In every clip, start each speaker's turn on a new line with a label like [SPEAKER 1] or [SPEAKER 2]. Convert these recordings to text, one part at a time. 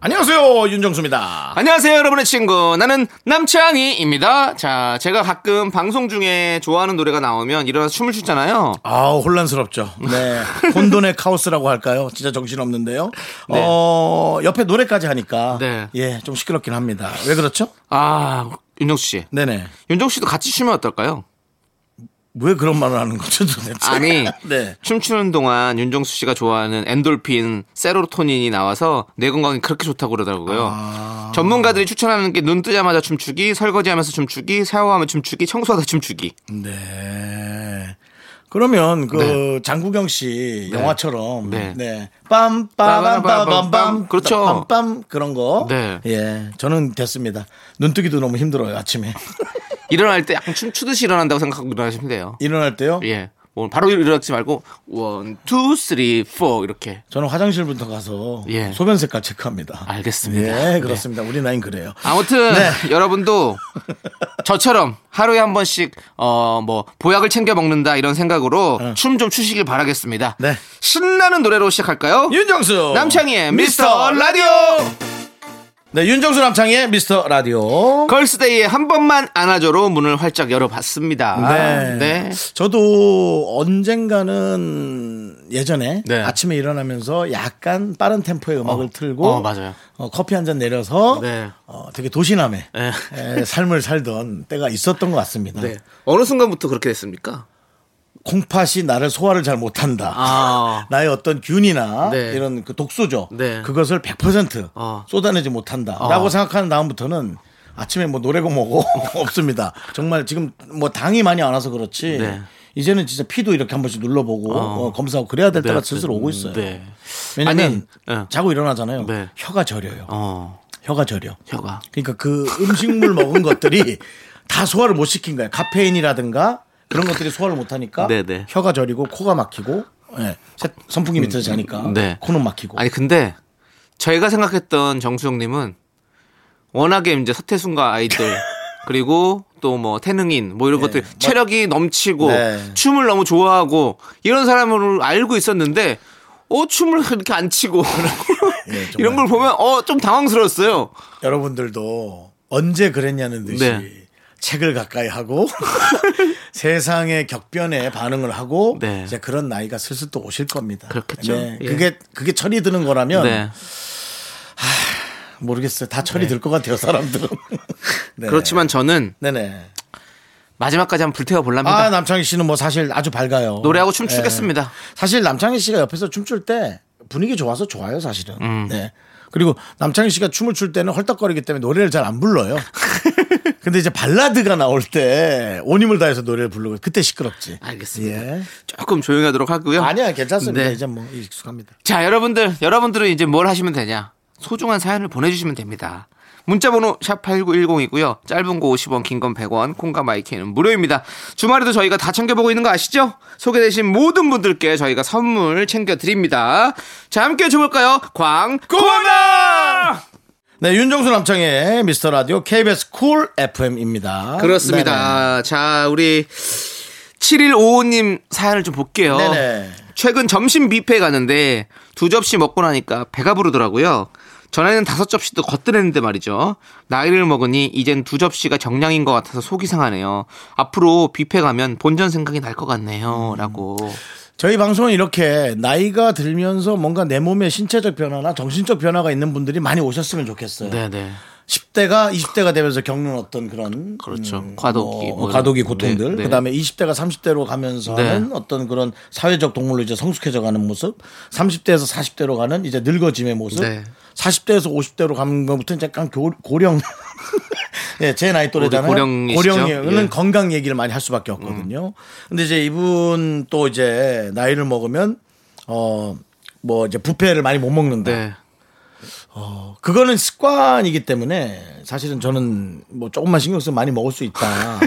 [SPEAKER 1] 안녕하세요 윤정수입니다.
[SPEAKER 2] 안녕하세요, 여러분의 친구. 나는 남창희입니다. 자, 제가 가끔 방송 중에 좋아하는 노래가 나오면 일어나서 춤을 추잖아요.
[SPEAKER 1] 아 혼란스럽죠. 네 혼돈의 카오스라고 할까요? 진짜 정신 없는데요. 어 옆에 노래까지 하니까
[SPEAKER 2] 네.
[SPEAKER 1] 예좀 시끄럽긴 합니다. 왜 그렇죠?
[SPEAKER 2] 아, 윤정수 씨.
[SPEAKER 1] 네네.
[SPEAKER 2] 윤정수 씨도 같이 추면 어떨까요?
[SPEAKER 1] 왜 그런 말을 하는 거죠 도대체?
[SPEAKER 2] 아니,
[SPEAKER 1] 네.
[SPEAKER 2] 춤추는 동안 윤정수 씨가 좋아하는 엔돌핀, 세로토닌이 나와서 뇌 건강이 그렇게 좋다고 그러더라고요.
[SPEAKER 1] 아.
[SPEAKER 2] 전문가들이 추천하는 게 눈 뜨자마자 춤추기, 설거지하면서 춤추기, 샤워하면 춤추기, 청소하다 춤추기.
[SPEAKER 1] 네. 그러면 그
[SPEAKER 2] 네.
[SPEAKER 1] 장국영 씨 영화처럼
[SPEAKER 2] 네.
[SPEAKER 1] 네. 빰빰빰빰빰빰
[SPEAKER 2] 그렇죠.
[SPEAKER 1] 빰빰 그런 거.
[SPEAKER 2] 네.
[SPEAKER 1] 예. 저는 됐습니다. 눈뜨기도 너무 힘들어요, 아침에.
[SPEAKER 2] 일어날 때 약간 춤추듯이 일어난다고 생각하고 일어나시면 돼요.
[SPEAKER 1] 일어날 때요?
[SPEAKER 2] 예. 뭐 바로 일어나지 말고 원, 투, 쓰리, 포 이렇게.
[SPEAKER 1] 저는 화장실부터 가서
[SPEAKER 2] 예.
[SPEAKER 1] 소변 색깔 체크합니다.
[SPEAKER 2] 알겠습니다. 네.
[SPEAKER 1] 예, 그렇습니다. 우리 나인 그래요.
[SPEAKER 2] 아무튼
[SPEAKER 1] 네.
[SPEAKER 2] 여러분도 저처럼 하루에 한 번씩 어 뭐 보약을 챙겨 먹는다 이런 생각으로 춤 좀 추시길 바라겠습니다.
[SPEAKER 1] 네.
[SPEAKER 2] 신나는 노래로 시작할까요?
[SPEAKER 1] 윤정수
[SPEAKER 2] 남창희의 미스터 라디오.
[SPEAKER 1] 네, 윤정수 남창희의 미스터 라디오.
[SPEAKER 2] 걸스데이의 한 번만 안아줘로 문을 활짝
[SPEAKER 1] 네.
[SPEAKER 2] 열어봤습니다. 네.
[SPEAKER 1] 저도 언젠가는 예전에
[SPEAKER 2] 네.
[SPEAKER 1] 아침에 일어나면서 약간 빠른 템포의 음악을
[SPEAKER 2] 어,
[SPEAKER 1] 틀고
[SPEAKER 2] 어, 맞아요.
[SPEAKER 1] 어, 커피 한 잔 내려서
[SPEAKER 2] 네.
[SPEAKER 1] 어, 되게 도시남의
[SPEAKER 2] 네.
[SPEAKER 1] 에, 삶을 살던 때가 있었던 것 같습니다.
[SPEAKER 2] 네. 어느 순간부터 그렇게 됐습니까?
[SPEAKER 1] 콩팥이 나를 소화를 잘 못한다.
[SPEAKER 2] 아.
[SPEAKER 1] 나의 어떤 균이나
[SPEAKER 2] 네.
[SPEAKER 1] 이런 그 독소죠.
[SPEAKER 2] 네.
[SPEAKER 1] 그것을 100%
[SPEAKER 2] 어.
[SPEAKER 1] 쏟아내지 못한다라고
[SPEAKER 2] 어.
[SPEAKER 1] 생각하는 다음부터는 아침에 뭐 노래고 뭐고 없습니다. 정말 지금 뭐 당이 많이 안 와서 그렇지.
[SPEAKER 2] 네.
[SPEAKER 1] 이제는 진짜 피도 이렇게 한 번씩 눌러보고 어, 검사하고 그래야 될 때가
[SPEAKER 2] 네,
[SPEAKER 1] 슬슬
[SPEAKER 2] 네,
[SPEAKER 1] 오고 있어요.
[SPEAKER 2] 네.
[SPEAKER 1] 왜냐면
[SPEAKER 2] 아니, 네.
[SPEAKER 1] 자고 일어나잖아요.
[SPEAKER 2] 네.
[SPEAKER 1] 혀가 저려요.
[SPEAKER 2] 어.
[SPEAKER 1] 혀가 저려.
[SPEAKER 2] 혀가.
[SPEAKER 1] 그러니까 그 음식물 먹은 것들이 다 소화를 못 시킨 거예요. 카페인이라든가 그런 것들이 소화를 못 하니까
[SPEAKER 2] 네네.
[SPEAKER 1] 혀가 저리고 코가 막히고 예, 새- 선풍기 밑에서 자니까
[SPEAKER 2] 네.
[SPEAKER 1] 코는 막히고
[SPEAKER 2] 아니 근데 저희가 생각했던 정수영님은 워낙에 이제 서태순과 아이들 그리고 또 뭐 태능인 뭐 이런 것들 체력이 넘치고
[SPEAKER 1] 네.
[SPEAKER 2] 춤을 너무 좋아하고 이런 사람으로 알고 있었는데 어 춤을 그렇게 안 치고
[SPEAKER 1] 예, 정말.
[SPEAKER 2] 이런 걸 보면 어 좀 당황스러웠어요.
[SPEAKER 1] 여러분들도 언제 그랬냐는 듯이
[SPEAKER 2] 네.
[SPEAKER 1] 책을 가까이 하고 세상의 격변에 반응을 하고
[SPEAKER 2] 네.
[SPEAKER 1] 이제 그런 나이가 슬슬 또 오실 겁니다.
[SPEAKER 2] 그렇겠죠.
[SPEAKER 1] 네,
[SPEAKER 2] 예.
[SPEAKER 1] 그게 그게 철이 드는 거라면
[SPEAKER 2] 네.
[SPEAKER 1] 모르겠어요. 다 철이 들 것 같아요, 사람들은. 네.
[SPEAKER 2] 그렇지만 저는
[SPEAKER 1] 네네.
[SPEAKER 2] 마지막까지 한번 불태워 볼랍니다.
[SPEAKER 1] 아 남창희 씨는 뭐 사실 아주 밝아요.
[SPEAKER 2] 노래하고
[SPEAKER 1] 예.
[SPEAKER 2] 춤추겠습니다.
[SPEAKER 1] 사실 남창희 씨가 옆에서 춤출 때 분위기 좋아서 좋아요 사실은.
[SPEAKER 2] 음.
[SPEAKER 1] 네. 그리고 남창희 씨가 춤을 출 때는 헐떡거리기 때문에 노래를 잘 안 불러요. 근데 이제 발라드가 나올 때 온 힘을 다해서 노래를 부르고 그때 시끄럽지.
[SPEAKER 2] 알겠습니다.
[SPEAKER 1] 예.
[SPEAKER 2] 조금 조용하도록 하고요.
[SPEAKER 1] 아니야 괜찮습니다.
[SPEAKER 2] 네.
[SPEAKER 1] 이제 뭐 익숙합니다.
[SPEAKER 2] 자, 여러분들, 여러분들은 이제 뭘 하시면 되냐? 소중한 사연을 보내주시면 됩니다. 문자번호 샵8910이고요. 짧은 거 50원, 긴 건 100원, 콩과 마이크는 무료입니다. 주말에도 저희가 다 챙겨보고 있는 거 아시죠? 소개되신 모든 분들께 저희가 선물 챙겨드립니다. 자, 함께 해줘볼까요? 광고나!
[SPEAKER 1] 네 윤정수 남창의 미스터 라디오 KBS 쿨 FM입니다.
[SPEAKER 2] 그렇습니다. 자, 우리 7155님 사연을 좀 볼게요.
[SPEAKER 1] 네네.
[SPEAKER 2] 최근 점심 뷔페 가는데 두 접시 먹고 나니까 배가 부르더라고요. 전에는 다섯 접시도 거뜬했는데 말이죠. 나이를 먹으니 이젠 두 접시가 정량인 것 같아서 속이 상하네요. 앞으로 뷔페 가면 본전 생각이 날 것 같네요.
[SPEAKER 1] 음.
[SPEAKER 2] 라고.
[SPEAKER 1] 저희 방송은 이렇게 나이가 들면서 뭔가 내 몸에 신체적 변화나 정신적 변화가 있는 분들이 많이 오셨으면 좋겠어요.
[SPEAKER 2] 네네.
[SPEAKER 1] 10대가 20대가 되면서 겪는 어떤 그런
[SPEAKER 2] 그렇죠. 과도기,
[SPEAKER 1] 뭐,
[SPEAKER 2] 뭐
[SPEAKER 1] 과도기
[SPEAKER 2] 이런.
[SPEAKER 1] 고통들
[SPEAKER 2] 네, 네.
[SPEAKER 1] 그다음에 20대가 30대로 가면서
[SPEAKER 2] 네.
[SPEAKER 1] 하는 어떤 그런 사회적 동물로 이제 성숙해져 가는 모습 30대에서 40대로 가는 이제 늙어짐의 모습
[SPEAKER 2] 네.
[SPEAKER 1] 40대에서 50대로 가는 것부터 이제 약간 교- 고령 예, 제 나이 또래잖아요.
[SPEAKER 2] 고령이시죠?
[SPEAKER 1] 고령이는
[SPEAKER 2] 예. 음.
[SPEAKER 1] 건강 얘기를 많이 할 수밖에 없거든요. 근데 이제 이분 또 이제 나이를 먹으면 어 뭐 이제 부페를 많이 못 먹는다.
[SPEAKER 2] 네.
[SPEAKER 1] 어, 그거는 습관이기 때문에 사실은 저는 뭐 조금만 신경 쓰면 많이 먹을 수 있다.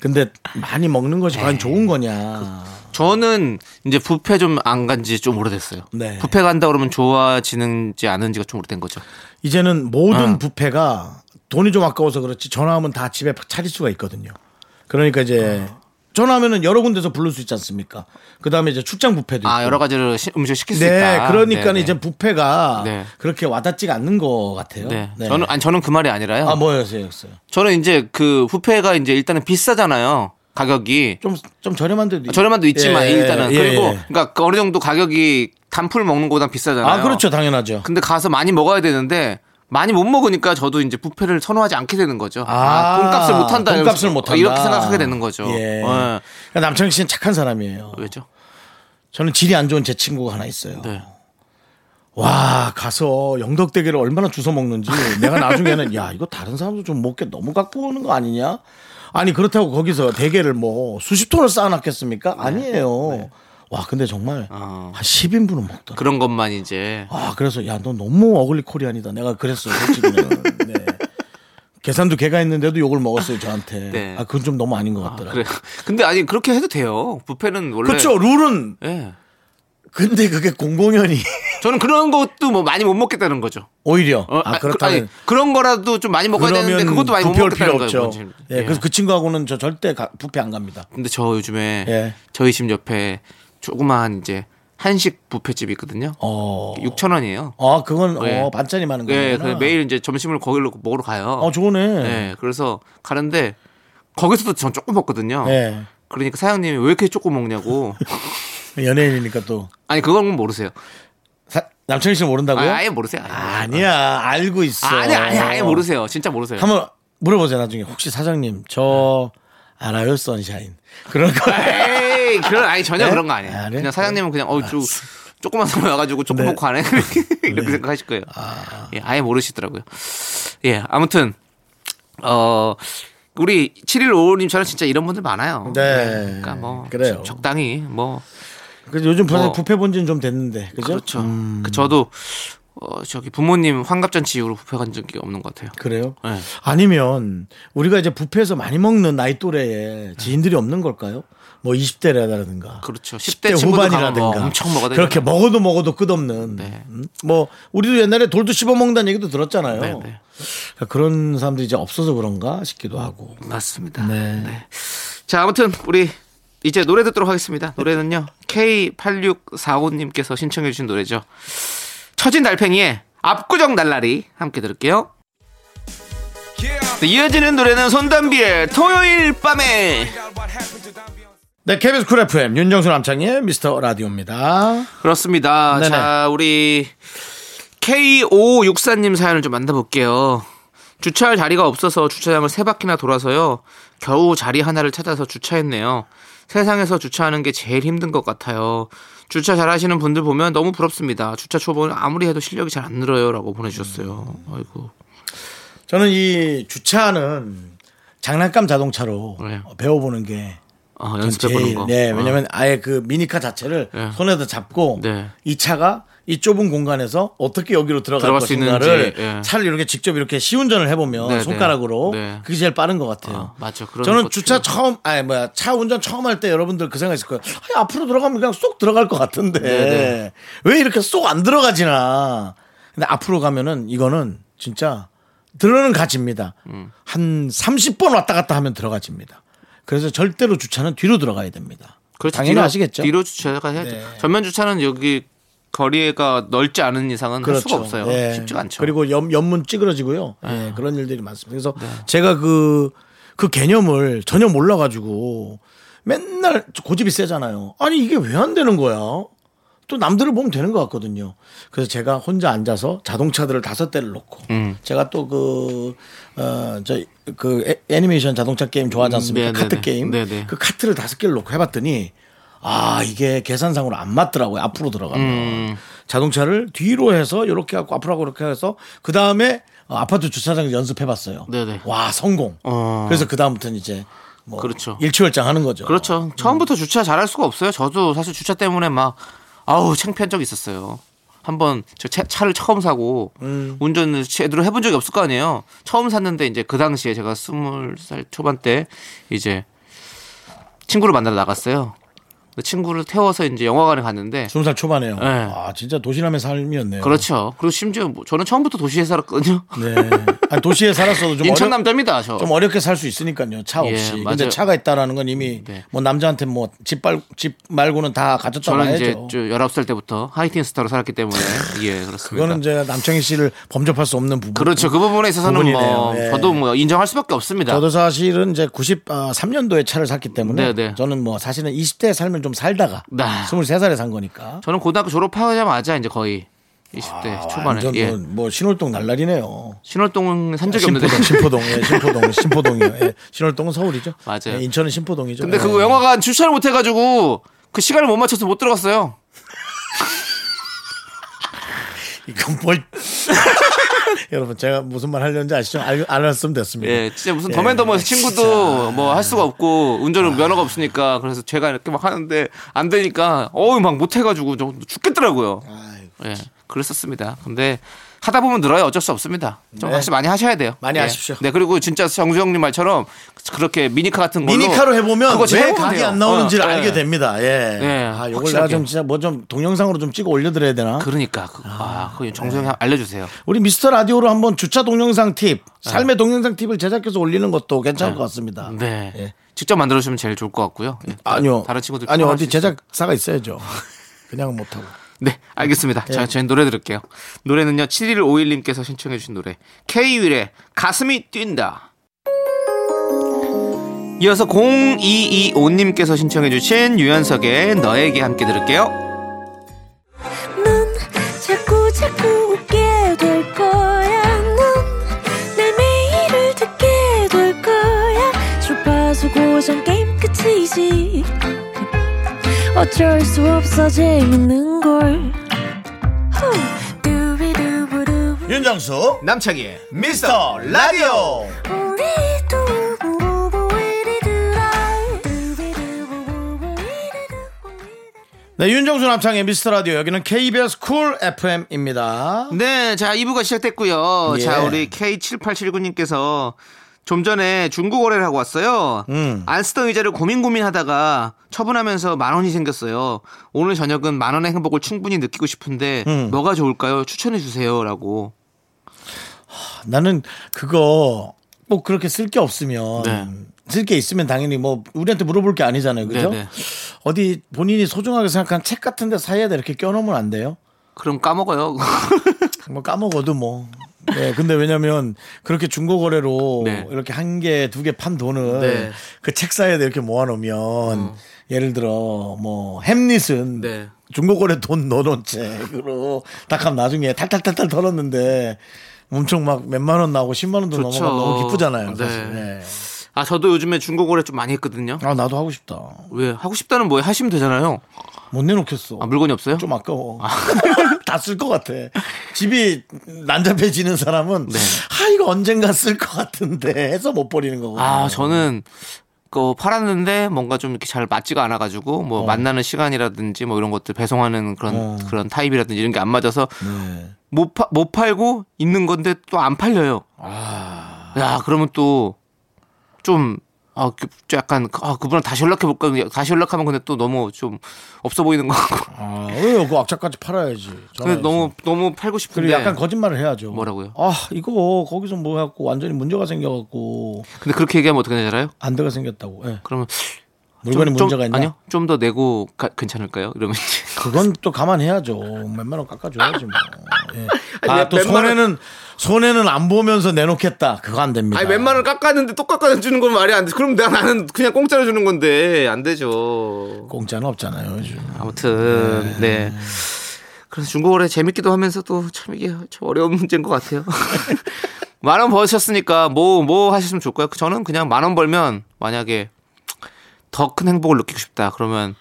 [SPEAKER 1] 근데 많이 먹는 것이
[SPEAKER 2] 네.
[SPEAKER 1] 과연 좋은 거냐.
[SPEAKER 2] 저는 이제 뷔페 좀 안 간 지 좀 오래됐어요.
[SPEAKER 1] 네.
[SPEAKER 2] 뷔페 간다 그러면 좋아지는지 않은지가 좀 오래된 거죠.
[SPEAKER 1] 이제는 모든
[SPEAKER 2] 어.
[SPEAKER 1] 뷔페가 돈이 좀 아까워서 그렇지 전화하면 다 집에 차릴 수가 있거든요. 그러니까 이제
[SPEAKER 2] 어.
[SPEAKER 1] 전화하면은 여러 군데서 부를 수 있지 않습니까? 그 다음에 이제 출장 뷔페도 있고.
[SPEAKER 2] 아 여러 가지를 시- 음식 시킬 수
[SPEAKER 1] 네,
[SPEAKER 2] 있다.
[SPEAKER 1] 그러니까
[SPEAKER 2] 네,
[SPEAKER 1] 이제
[SPEAKER 2] 네.
[SPEAKER 1] 뷔페가
[SPEAKER 2] 네.
[SPEAKER 1] 그렇게 와닿지가 않는 것 같아요.
[SPEAKER 2] 네.
[SPEAKER 1] 네.
[SPEAKER 2] 저는 아니 저는 그 말이 아니라요.
[SPEAKER 1] 아 뭐였어요, 였어요.
[SPEAKER 2] 저는 이제 그 뷔페가 이제 일단은 비싸잖아요. 가격이
[SPEAKER 1] 좀 좀 저렴한 데도 있-
[SPEAKER 2] 저렴한도 있지만
[SPEAKER 1] 예,
[SPEAKER 2] 일단은
[SPEAKER 1] 예,
[SPEAKER 2] 그리고
[SPEAKER 1] 예.
[SPEAKER 2] 그러니까 그 어느 정도 가격이 단풀 먹는 거보다 비싸잖아요.
[SPEAKER 1] 아 그렇죠, 당연하죠.
[SPEAKER 2] 근데 가서 많이 먹어야 되는데 많이 못 먹으니까 저도 이제 뷔페를 선호하지 않게 되는 거죠. 아, 돈값을 못 한다.
[SPEAKER 1] 돈값을 못 한다.
[SPEAKER 2] 이렇게 생각하게 되는 거죠.
[SPEAKER 1] 예.
[SPEAKER 2] 예.
[SPEAKER 1] 그러니까 남창희 씨는 착한 사람이에요.
[SPEAKER 2] 왜죠?
[SPEAKER 1] 저는 질이 안 좋은 제 친구가 하나 있어요.
[SPEAKER 2] 네.
[SPEAKER 1] 와 가서 영덕대게를 얼마나 주워 먹는지 내가 나중에는 야 이거 다른 사람도 좀 먹게 너무 갖고 오는 거 아니냐? 아니 그렇다고 거기서 대게를 뭐 수십 톤을
[SPEAKER 2] 네.
[SPEAKER 1] 쌓아놨겠습니까? 아니에요. 와 근데 정말
[SPEAKER 2] 어.
[SPEAKER 1] 한 10인분은 먹더라.
[SPEAKER 2] 그런 것만 이제
[SPEAKER 1] 아 그래서 야 너 너무 어글리 코리안이다. 내가 그랬어 솔직히는. 네. 계산도 걔가 했는데도 욕을 먹었어요 저한테.
[SPEAKER 2] 네.
[SPEAKER 1] 아 그건 좀 너무 아닌 것 같더라.
[SPEAKER 2] 그래. 근데 아니 그렇게 해도 돼요. 뷔페는 원래
[SPEAKER 1] 그렇죠 룰은
[SPEAKER 2] 예.
[SPEAKER 1] 근데 그게 공공연히
[SPEAKER 2] 저는 그런 것도 뭐 많이 못 먹겠다는 거죠.
[SPEAKER 1] 오히려
[SPEAKER 2] 어,
[SPEAKER 1] 아
[SPEAKER 2] 아, 그-
[SPEAKER 1] 그렇다면
[SPEAKER 2] 아니, 그런 거라도 좀 많이 먹어야 되는데
[SPEAKER 1] 그러면
[SPEAKER 2] 그것도 많이 못
[SPEAKER 1] 부패 올
[SPEAKER 2] 먹겠다는
[SPEAKER 1] 필요
[SPEAKER 2] 거예요.
[SPEAKER 1] 없죠.
[SPEAKER 2] 그건 지금.
[SPEAKER 1] 예, 그래서 그 친구하고는 저 절대 가, 부패 안 갑니다.
[SPEAKER 2] 근데 저 요즘에
[SPEAKER 1] 예.
[SPEAKER 2] 저희 집 옆에 조그마한 이제 한식 뷔페집이 있거든요.
[SPEAKER 1] 어,
[SPEAKER 2] 6천 원이에요.
[SPEAKER 1] 아 그건
[SPEAKER 2] 예.
[SPEAKER 1] 어, 반찬이 많은
[SPEAKER 2] 예,
[SPEAKER 1] 거예요.
[SPEAKER 2] 그래서 매일 이제 점심을 거기로 먹으러 가요.
[SPEAKER 1] 어 좋네.
[SPEAKER 2] 예, 그래서 가는데 거기서도 전 조금 먹거든요.
[SPEAKER 1] 예.
[SPEAKER 2] 그러니까 사장님이 왜 이렇게 조금 먹냐고.
[SPEAKER 1] 연예인이니까 또
[SPEAKER 2] 아니 그건 모르세요.
[SPEAKER 1] 사- 남창희 씨는
[SPEAKER 2] 아,
[SPEAKER 1] 모른다고요?
[SPEAKER 2] 아예 모르세요. 아예 모르세요.
[SPEAKER 1] 아니야 알고 있어.
[SPEAKER 2] 아니 아니 아예 모르세요. 진짜 모르세요.
[SPEAKER 1] 한번 물어보세요 나중에 혹시 사장님 저 알아요 선샤인 그런 거
[SPEAKER 2] 네. 에이, 그런 아니 전혀
[SPEAKER 1] 네?
[SPEAKER 2] 그런 거 아니에요.
[SPEAKER 1] 아, 그래?
[SPEAKER 2] 그냥 사장님은 그냥 어쭈 조금만 더 와가지고 조금
[SPEAKER 1] 네.
[SPEAKER 2] 먹고 가네 이렇게 이렇게 생각하실 거예요. 예, 아예 모르시더라고요. 예, 아무튼 어 우리 7155님처럼 진짜 이런 분들 많아요.
[SPEAKER 1] 네.
[SPEAKER 2] 그러니까 뭐
[SPEAKER 1] 그래요.
[SPEAKER 2] 적당히 뭐
[SPEAKER 1] 그래서 요즘
[SPEAKER 2] 뭐.
[SPEAKER 1] 부패 본지는 좀 됐는데 그죠? 음.
[SPEAKER 2] 그렇죠. 그 저도 어, 저기 부모님 환갑잔치 이후로 부페 간 적이 없는 것 같아요.
[SPEAKER 1] 그래요?
[SPEAKER 2] 네.
[SPEAKER 1] 아니면 우리가 이제 부페에서 많이 먹는 나이 또래에 지인들이 없는 걸까요? 뭐 20대라든가
[SPEAKER 2] 그렇죠.
[SPEAKER 1] 10대,
[SPEAKER 2] 10대 친구들 가면
[SPEAKER 1] 후반이라든가
[SPEAKER 2] 뭐 엄청 먹어야
[SPEAKER 1] 그렇게
[SPEAKER 2] 되잖아요.
[SPEAKER 1] 먹어도 먹어도 끝없는
[SPEAKER 2] 네.
[SPEAKER 1] 음? 뭐 우리도 옛날에 돌도 씹어 먹는다는 얘기도 들었잖아요.
[SPEAKER 2] 네, 네.
[SPEAKER 1] 그러니까 그런 사람들이 이제 없어서 그런가 싶기도 하고
[SPEAKER 2] 맞습니다. 네. 자, 아무튼 우리 이제 노래 듣도록 하겠습니다. 노래는요. K8645님께서 신청해 주신 노래죠. 처진 달팽이의 압구정 날라리 함께 들을게요. 네, 이어지는 노래는 손담비의 토요일 밤에
[SPEAKER 1] 네, KBS 쿨 FM 윤정수 남창희의 미스터 라디오입니다.
[SPEAKER 2] 그렇습니다.
[SPEAKER 1] 네네.
[SPEAKER 2] 자, 우리 K5564님 사연을 좀 만나볼게요. 주차할 자리가 없어서 주차장을 세 바퀴나 돌아서요. 겨우 자리 하나를 찾아서 주차했네요. 세상에서 주차하는 게 제일 힘든 것 같아요. 주차 잘 하시는 분들 보면 너무 부럽습니다. 주차 초보는 아무리 해도 실력이 잘 안 늘어요. 라고 보내주셨어요. 아이고.
[SPEAKER 1] 저는 이 주차하는 장난감 자동차로
[SPEAKER 2] 네.
[SPEAKER 1] 배워보는 게
[SPEAKER 2] 아,
[SPEAKER 1] 전
[SPEAKER 2] 연습해보는
[SPEAKER 1] 제일,
[SPEAKER 2] 거.
[SPEAKER 1] 네,
[SPEAKER 2] 아.
[SPEAKER 1] 왜냐면 아예 그 미니카 자체를
[SPEAKER 2] 네.
[SPEAKER 1] 손에다 잡고
[SPEAKER 2] 네.
[SPEAKER 1] 이 차가 이 좁은 공간에서 어떻게 여기로 들어갈,
[SPEAKER 2] 들어갈 수
[SPEAKER 1] 것인가를
[SPEAKER 2] 있는지, 예.
[SPEAKER 1] 차를 이렇게 직접 이렇게 시운전을 해보면
[SPEAKER 2] 네, 네.
[SPEAKER 1] 손가락으로
[SPEAKER 2] 네.
[SPEAKER 1] 그게 제일 빠른 것 같아요.
[SPEAKER 2] 아, 맞죠. 그런
[SPEAKER 1] 저는
[SPEAKER 2] 것도
[SPEAKER 1] 주차 처음, 아니 뭐야, 차 운전 처음 할 때 여러분들 그 생각했을 거예요. 아니, 앞으로 들어가면 그냥 쏙 들어갈 것 같은데
[SPEAKER 2] 네.
[SPEAKER 1] 왜 이렇게 쏙 안 들어가지나. 근데 앞으로 가면은 이거는 진짜 들어는 가집니다.
[SPEAKER 2] 음.
[SPEAKER 1] 한 30번 왔다 갔다 하면 들어가집니다. 그래서 절대로 주차는 뒤로 들어가야 됩니다.
[SPEAKER 2] 그렇죠.
[SPEAKER 1] 당연히
[SPEAKER 2] 뒤로-
[SPEAKER 1] 아시겠죠.
[SPEAKER 2] 뒤로 주차가 해야죠.
[SPEAKER 1] 네.
[SPEAKER 2] 전면 주차는 여기 거리가 넓지 않은 이상은 할 수가 없어요.
[SPEAKER 1] 예.
[SPEAKER 2] 쉽지가 않죠.
[SPEAKER 1] 그리고 옆, 옆문 찌그러지고요. 예, 그런 일들이 많습니다. 그래서
[SPEAKER 2] 네.
[SPEAKER 1] 제가 그, 그 개념을 전혀 몰라가지고 맨날 고집이 세잖아요. 아니, 이게 왜 안 되는 거야? 또 남들을 보면 되는 것 같거든요. 그래서 제가 혼자 앉아서 자동차들을 다섯 대를 놓고
[SPEAKER 2] 음.
[SPEAKER 1] 제가 또 그, 어, 저, 그 애- 애니메이션 자동차 게임 좋아하지 않습니까?
[SPEAKER 2] 네, 네,
[SPEAKER 1] 카트
[SPEAKER 2] 네.
[SPEAKER 1] 게임.
[SPEAKER 2] 네, 네.
[SPEAKER 1] 그 카트를 다섯 개를 놓고 해봤더니 아 이게 계산상으로 안 맞더라고요 앞으로 들어가면
[SPEAKER 2] 음.
[SPEAKER 1] 자동차를 뒤로 해서 이렇게 하고 앞으로 하고 이렇게 해서 그 다음에 아파트 주차장 연습해봤어요
[SPEAKER 2] 네네.
[SPEAKER 1] 와 성공
[SPEAKER 2] 어.
[SPEAKER 1] 그래서 그 다음부터는 이제 뭐
[SPEAKER 2] 그렇죠.
[SPEAKER 1] 일취월장 하는 거죠
[SPEAKER 2] 그렇죠. 처음부터 주차 잘할 수가 없어요. 저도 사실 주차 때문에 막 아우 창피한 적이 있었어요. 한번 저 차, 차를 처음 사고 운전을 제대로 해본 적이 없을 거 아니에요. 처음 샀는데 이제 그 당시에 제가 스물 살 초반 때 이제 친구를 만나러 나갔어요. 그 친구를 태워서 이제 영화관에 갔는데
[SPEAKER 1] 20살 초반에요.
[SPEAKER 2] 네.
[SPEAKER 1] 아, 진짜 도시남의 삶이었네요.
[SPEAKER 2] 그렇죠. 그리고 심지어 뭐 저는 처음부터 도시에 살았거든요.
[SPEAKER 1] 네. 아니, 도시에 살았어도 좀
[SPEAKER 2] 인천
[SPEAKER 1] 어렵,
[SPEAKER 2] 남자입니다. 저.
[SPEAKER 1] 좀 어렵게 살 수 있으니까요. 차
[SPEAKER 2] 예,
[SPEAKER 1] 없이. 근데
[SPEAKER 2] 맞아요.
[SPEAKER 1] 차가 있다라는 건 이미
[SPEAKER 2] 네.
[SPEAKER 1] 뭐 남자한테 뭐집 집 말고는 다 가졌다고
[SPEAKER 2] 저는 이제
[SPEAKER 1] 해야죠.
[SPEAKER 2] 저 19살 때부터 하이틴 스타로 살았기 때문에 예, 그렇습니다.
[SPEAKER 1] 그거는 이제 남창희 씨를 범접할 수 없는 부분.
[SPEAKER 2] 그렇죠. 그 부분에 있어서는 뭐
[SPEAKER 1] 부분이네요. 예.
[SPEAKER 2] 저도 뭐 인정할 수밖에 없습니다.
[SPEAKER 1] 저도 사실은 이제 93년도에 차를 샀기 때문에
[SPEAKER 2] 네, 네.
[SPEAKER 1] 저는 뭐 사실은 20대 삶을 좀 살다가
[SPEAKER 2] 네.
[SPEAKER 1] 23살에 산 거니까.
[SPEAKER 2] 저는 고등학교 졸업하자마자 이제 거의 20대 초반에
[SPEAKER 1] 완전
[SPEAKER 2] 예.
[SPEAKER 1] 뭐, 뭐 신월동 날라리네요.
[SPEAKER 2] 신월동은 산 적이
[SPEAKER 1] 신포동,
[SPEAKER 2] 없는데.
[SPEAKER 1] 신포동, 예, 신포동, 신포동이요. 예, 신월동은 서울이죠.
[SPEAKER 2] 맞아요.
[SPEAKER 1] 예, 인천은 신포동이죠.
[SPEAKER 2] 근데
[SPEAKER 1] 예.
[SPEAKER 2] 그거 영화관 주차를 못 해가지고 그 시간을 못 맞춰서 못 들어갔어요.
[SPEAKER 1] 이건 뭘? 여러분 제가 무슨 말 하려는지 아시죠? 알, 알았으면 됐습니다.
[SPEAKER 2] 예, 진짜 무슨
[SPEAKER 1] 네.
[SPEAKER 2] 더맨더머에서 친구도 뭐 할 수가 없고 운전은
[SPEAKER 1] 아.
[SPEAKER 2] 면허가 없으니까 그래서 제가 이렇게 막 하는데 안 되니까 어우 막 못 해가지고 좀 죽겠더라고요.
[SPEAKER 1] 아이고.
[SPEAKER 2] 예, 그랬었습니다. 근데 하다 보면 늘어요. 어쩔 수 없습니다. 좀 다시 많이 하셔야 돼요.
[SPEAKER 1] 네. 많이
[SPEAKER 2] 예.
[SPEAKER 1] 하십시오.
[SPEAKER 2] 네, 그리고 진짜 정주영님 말처럼 그렇게 미니카 같은 걸로
[SPEAKER 1] 미니카로 해보면
[SPEAKER 2] 그거 진짜
[SPEAKER 1] 왜
[SPEAKER 2] 해보면
[SPEAKER 1] 각이
[SPEAKER 2] 돼요.
[SPEAKER 1] 안 나오는지를
[SPEAKER 2] 어,
[SPEAKER 1] 알게
[SPEAKER 2] 예.
[SPEAKER 1] 됩니다. 예.
[SPEAKER 2] 예,
[SPEAKER 1] 아, 요걸
[SPEAKER 2] 확실하게.
[SPEAKER 1] 내가 좀 진짜 뭐 좀 동영상으로 좀 찍어 올려드려야 되나?
[SPEAKER 2] 그러니까 그, 아,
[SPEAKER 1] 네.
[SPEAKER 2] 그 정수영 알려주세요.
[SPEAKER 1] 우리 미스터 라디오로 한번 주차 동영상 팁, 삶의 동영상 팁을 제작해서 올리는 것도 괜찮을 것 같습니다.
[SPEAKER 2] 아. 네,
[SPEAKER 1] 예.
[SPEAKER 2] 직접 만들어 주시면 제일 좋을 것 같고요. 예.
[SPEAKER 1] 아니요.
[SPEAKER 2] 다른 친구들
[SPEAKER 1] 아니
[SPEAKER 2] 통화할
[SPEAKER 1] 어디
[SPEAKER 2] 수 있어요.
[SPEAKER 1] 제작사가 있어야죠. 그냥 은 못하고.
[SPEAKER 2] 네, 알겠습니다. 자, 저희 노래 들을게요. 노래는요, 7151님께서 신청해주신 노래. K-윌의 가슴이 뛴다. 이어서 0225님께서 신청해주신 유연석의 너에게 함께 들을게요.
[SPEAKER 3] 넌 자꾸 자꾸 웃게 될 거야. 넌내 매일을 듣게 될 거야. 주파수 고정 게임 끝이지. 어쩔 수 없어 재밌는 걸. 후. 두비두부두.
[SPEAKER 1] 윤정수
[SPEAKER 2] 남창희의
[SPEAKER 1] 미스터 라디오.
[SPEAKER 3] 우리 두부부부 우리 두라. 두비두부부부 우리 두부부.
[SPEAKER 1] 네, 윤정수 남창의 미스터 라디오 여기는 KBS 쿨 FM입니다.
[SPEAKER 2] 네, 자, 2부가 시작됐고요.
[SPEAKER 1] 예.
[SPEAKER 2] 자, 우리 K7879님께서 좀 전에 중고 거래를 하고 왔어요. 안 쓰던 의자를 고민 고민하다가 처분하면서 만 원이 생겼어요. 오늘 저녁은 만 원의 행복을 충분히 느끼고 싶은데 뭐가 좋을까요? 추천해 주세요라고.
[SPEAKER 1] 나는 그거 꼭 그렇게 쓸 게 없으면
[SPEAKER 2] 네.
[SPEAKER 1] 쓸 게 있으면 당연히 뭐 우리한테 물어볼 게 아니잖아요. 그죠?
[SPEAKER 2] 네, 네.
[SPEAKER 1] 어디 본인이 소중하게 생각한 책 같은 데 사이에다 이렇게 껴놓으면 안 돼요?
[SPEAKER 2] 그럼 까먹어요.
[SPEAKER 1] 뭐 까먹어도 뭐. 네, 근데 왜냐면 그렇게 중고 거래로
[SPEAKER 2] 네.
[SPEAKER 1] 이렇게 한 개, 두 개 판 돈을
[SPEAKER 2] 네. 어.
[SPEAKER 1] 그 책 사이에다 이렇게 모아놓으면 예를 들어 뭐 햄릿은
[SPEAKER 2] 네.
[SPEAKER 1] 중고 거래 돈 넣어놓은 책으로 딱 하면 나중에 탈탈탈탈 털었는데 엄청 막 몇만 원 나오고 10만 원도
[SPEAKER 2] 좋죠.
[SPEAKER 1] 넘어가면 너무 기쁘잖아요. 사실.
[SPEAKER 2] 네.
[SPEAKER 1] 네.
[SPEAKER 2] 아, 저도 요즘에 중고 거래 좀 많이 했거든요.
[SPEAKER 1] 아, 나도 하고 싶다.
[SPEAKER 2] 왜 하고 싶다는 뭐예요? 하시면 되잖아요.
[SPEAKER 1] 못 내놓겠어.
[SPEAKER 2] 아, 물건이 없어요?
[SPEAKER 1] 좀 아까워. 다 쓸 것 같아. 집이 난잡해지는 사람은 아 이거 언젠가 쓸 것 같은데 해서 못 버리는 거고.
[SPEAKER 2] 아, 저는 그 팔았는데 뭔가 좀 이렇게 잘 맞지가 않아 가지고 뭐
[SPEAKER 1] 어.
[SPEAKER 2] 만나는 시간이라든지 뭐 이런 것들 배송하는 그런 그런 타입이라든지 이런 게 안 맞아서
[SPEAKER 1] 네.
[SPEAKER 2] 못, 파, 못 팔고 있는 건데 또 안 팔려요.
[SPEAKER 1] 아.
[SPEAKER 2] 야, 그러면 또 좀 아, 그, 좀 약간 아, 그분랑 다시 연락해 볼까? 다시 연락하면 근데 또 너무 좀 없어 보이는 거 같고.
[SPEAKER 1] 아, 왜요? 그 악착같이 팔아야지.
[SPEAKER 2] 근데
[SPEAKER 1] 전화해서.
[SPEAKER 2] 너무 너무 팔고
[SPEAKER 1] 그리고
[SPEAKER 2] 싶은데.
[SPEAKER 1] 약간 거짓말을 해야죠.
[SPEAKER 2] 뭐라고요?
[SPEAKER 1] 아 이거 거기서 뭐 해갖고 완전히 문제가 생겨갖고
[SPEAKER 2] 근데 그렇게 얘기하면 어떻게 되잖아요?
[SPEAKER 1] 안대가 생겼다고. 예.
[SPEAKER 2] 그러면
[SPEAKER 1] 물건에
[SPEAKER 2] 좀-
[SPEAKER 1] 문제가 있나?
[SPEAKER 2] 아니요. 좀 더 내고 가- 괜찮을까요? 이러면 이제
[SPEAKER 1] 그건 또 감안해야죠. 몇만 원 깎아줘야지 뭐. 예.
[SPEAKER 2] 아니,
[SPEAKER 1] 아또
[SPEAKER 2] 웬만한-
[SPEAKER 1] 손해는 손해는 안 보면서 내놓겠다. 그거 안 됩니다.
[SPEAKER 2] 아니 웬만한 깎았는데 또 깎아주는 건 말이 안 돼. 그럼 내가 나는 그냥 공짜로 주는 건데 안 되죠.
[SPEAKER 1] 공짜는 없잖아요. 요즘.
[SPEAKER 2] 아무튼 네. 그래서 중고거래 재밌기도 하면서도 참 이게 참 어려운 문제인 것 같아요. 만 원 버셨으니까 뭐 뭐 하셨으면 좋을까요? 저는 그냥 만 원 벌면 만약에 더 큰 행복을 느끼고 싶다 그러면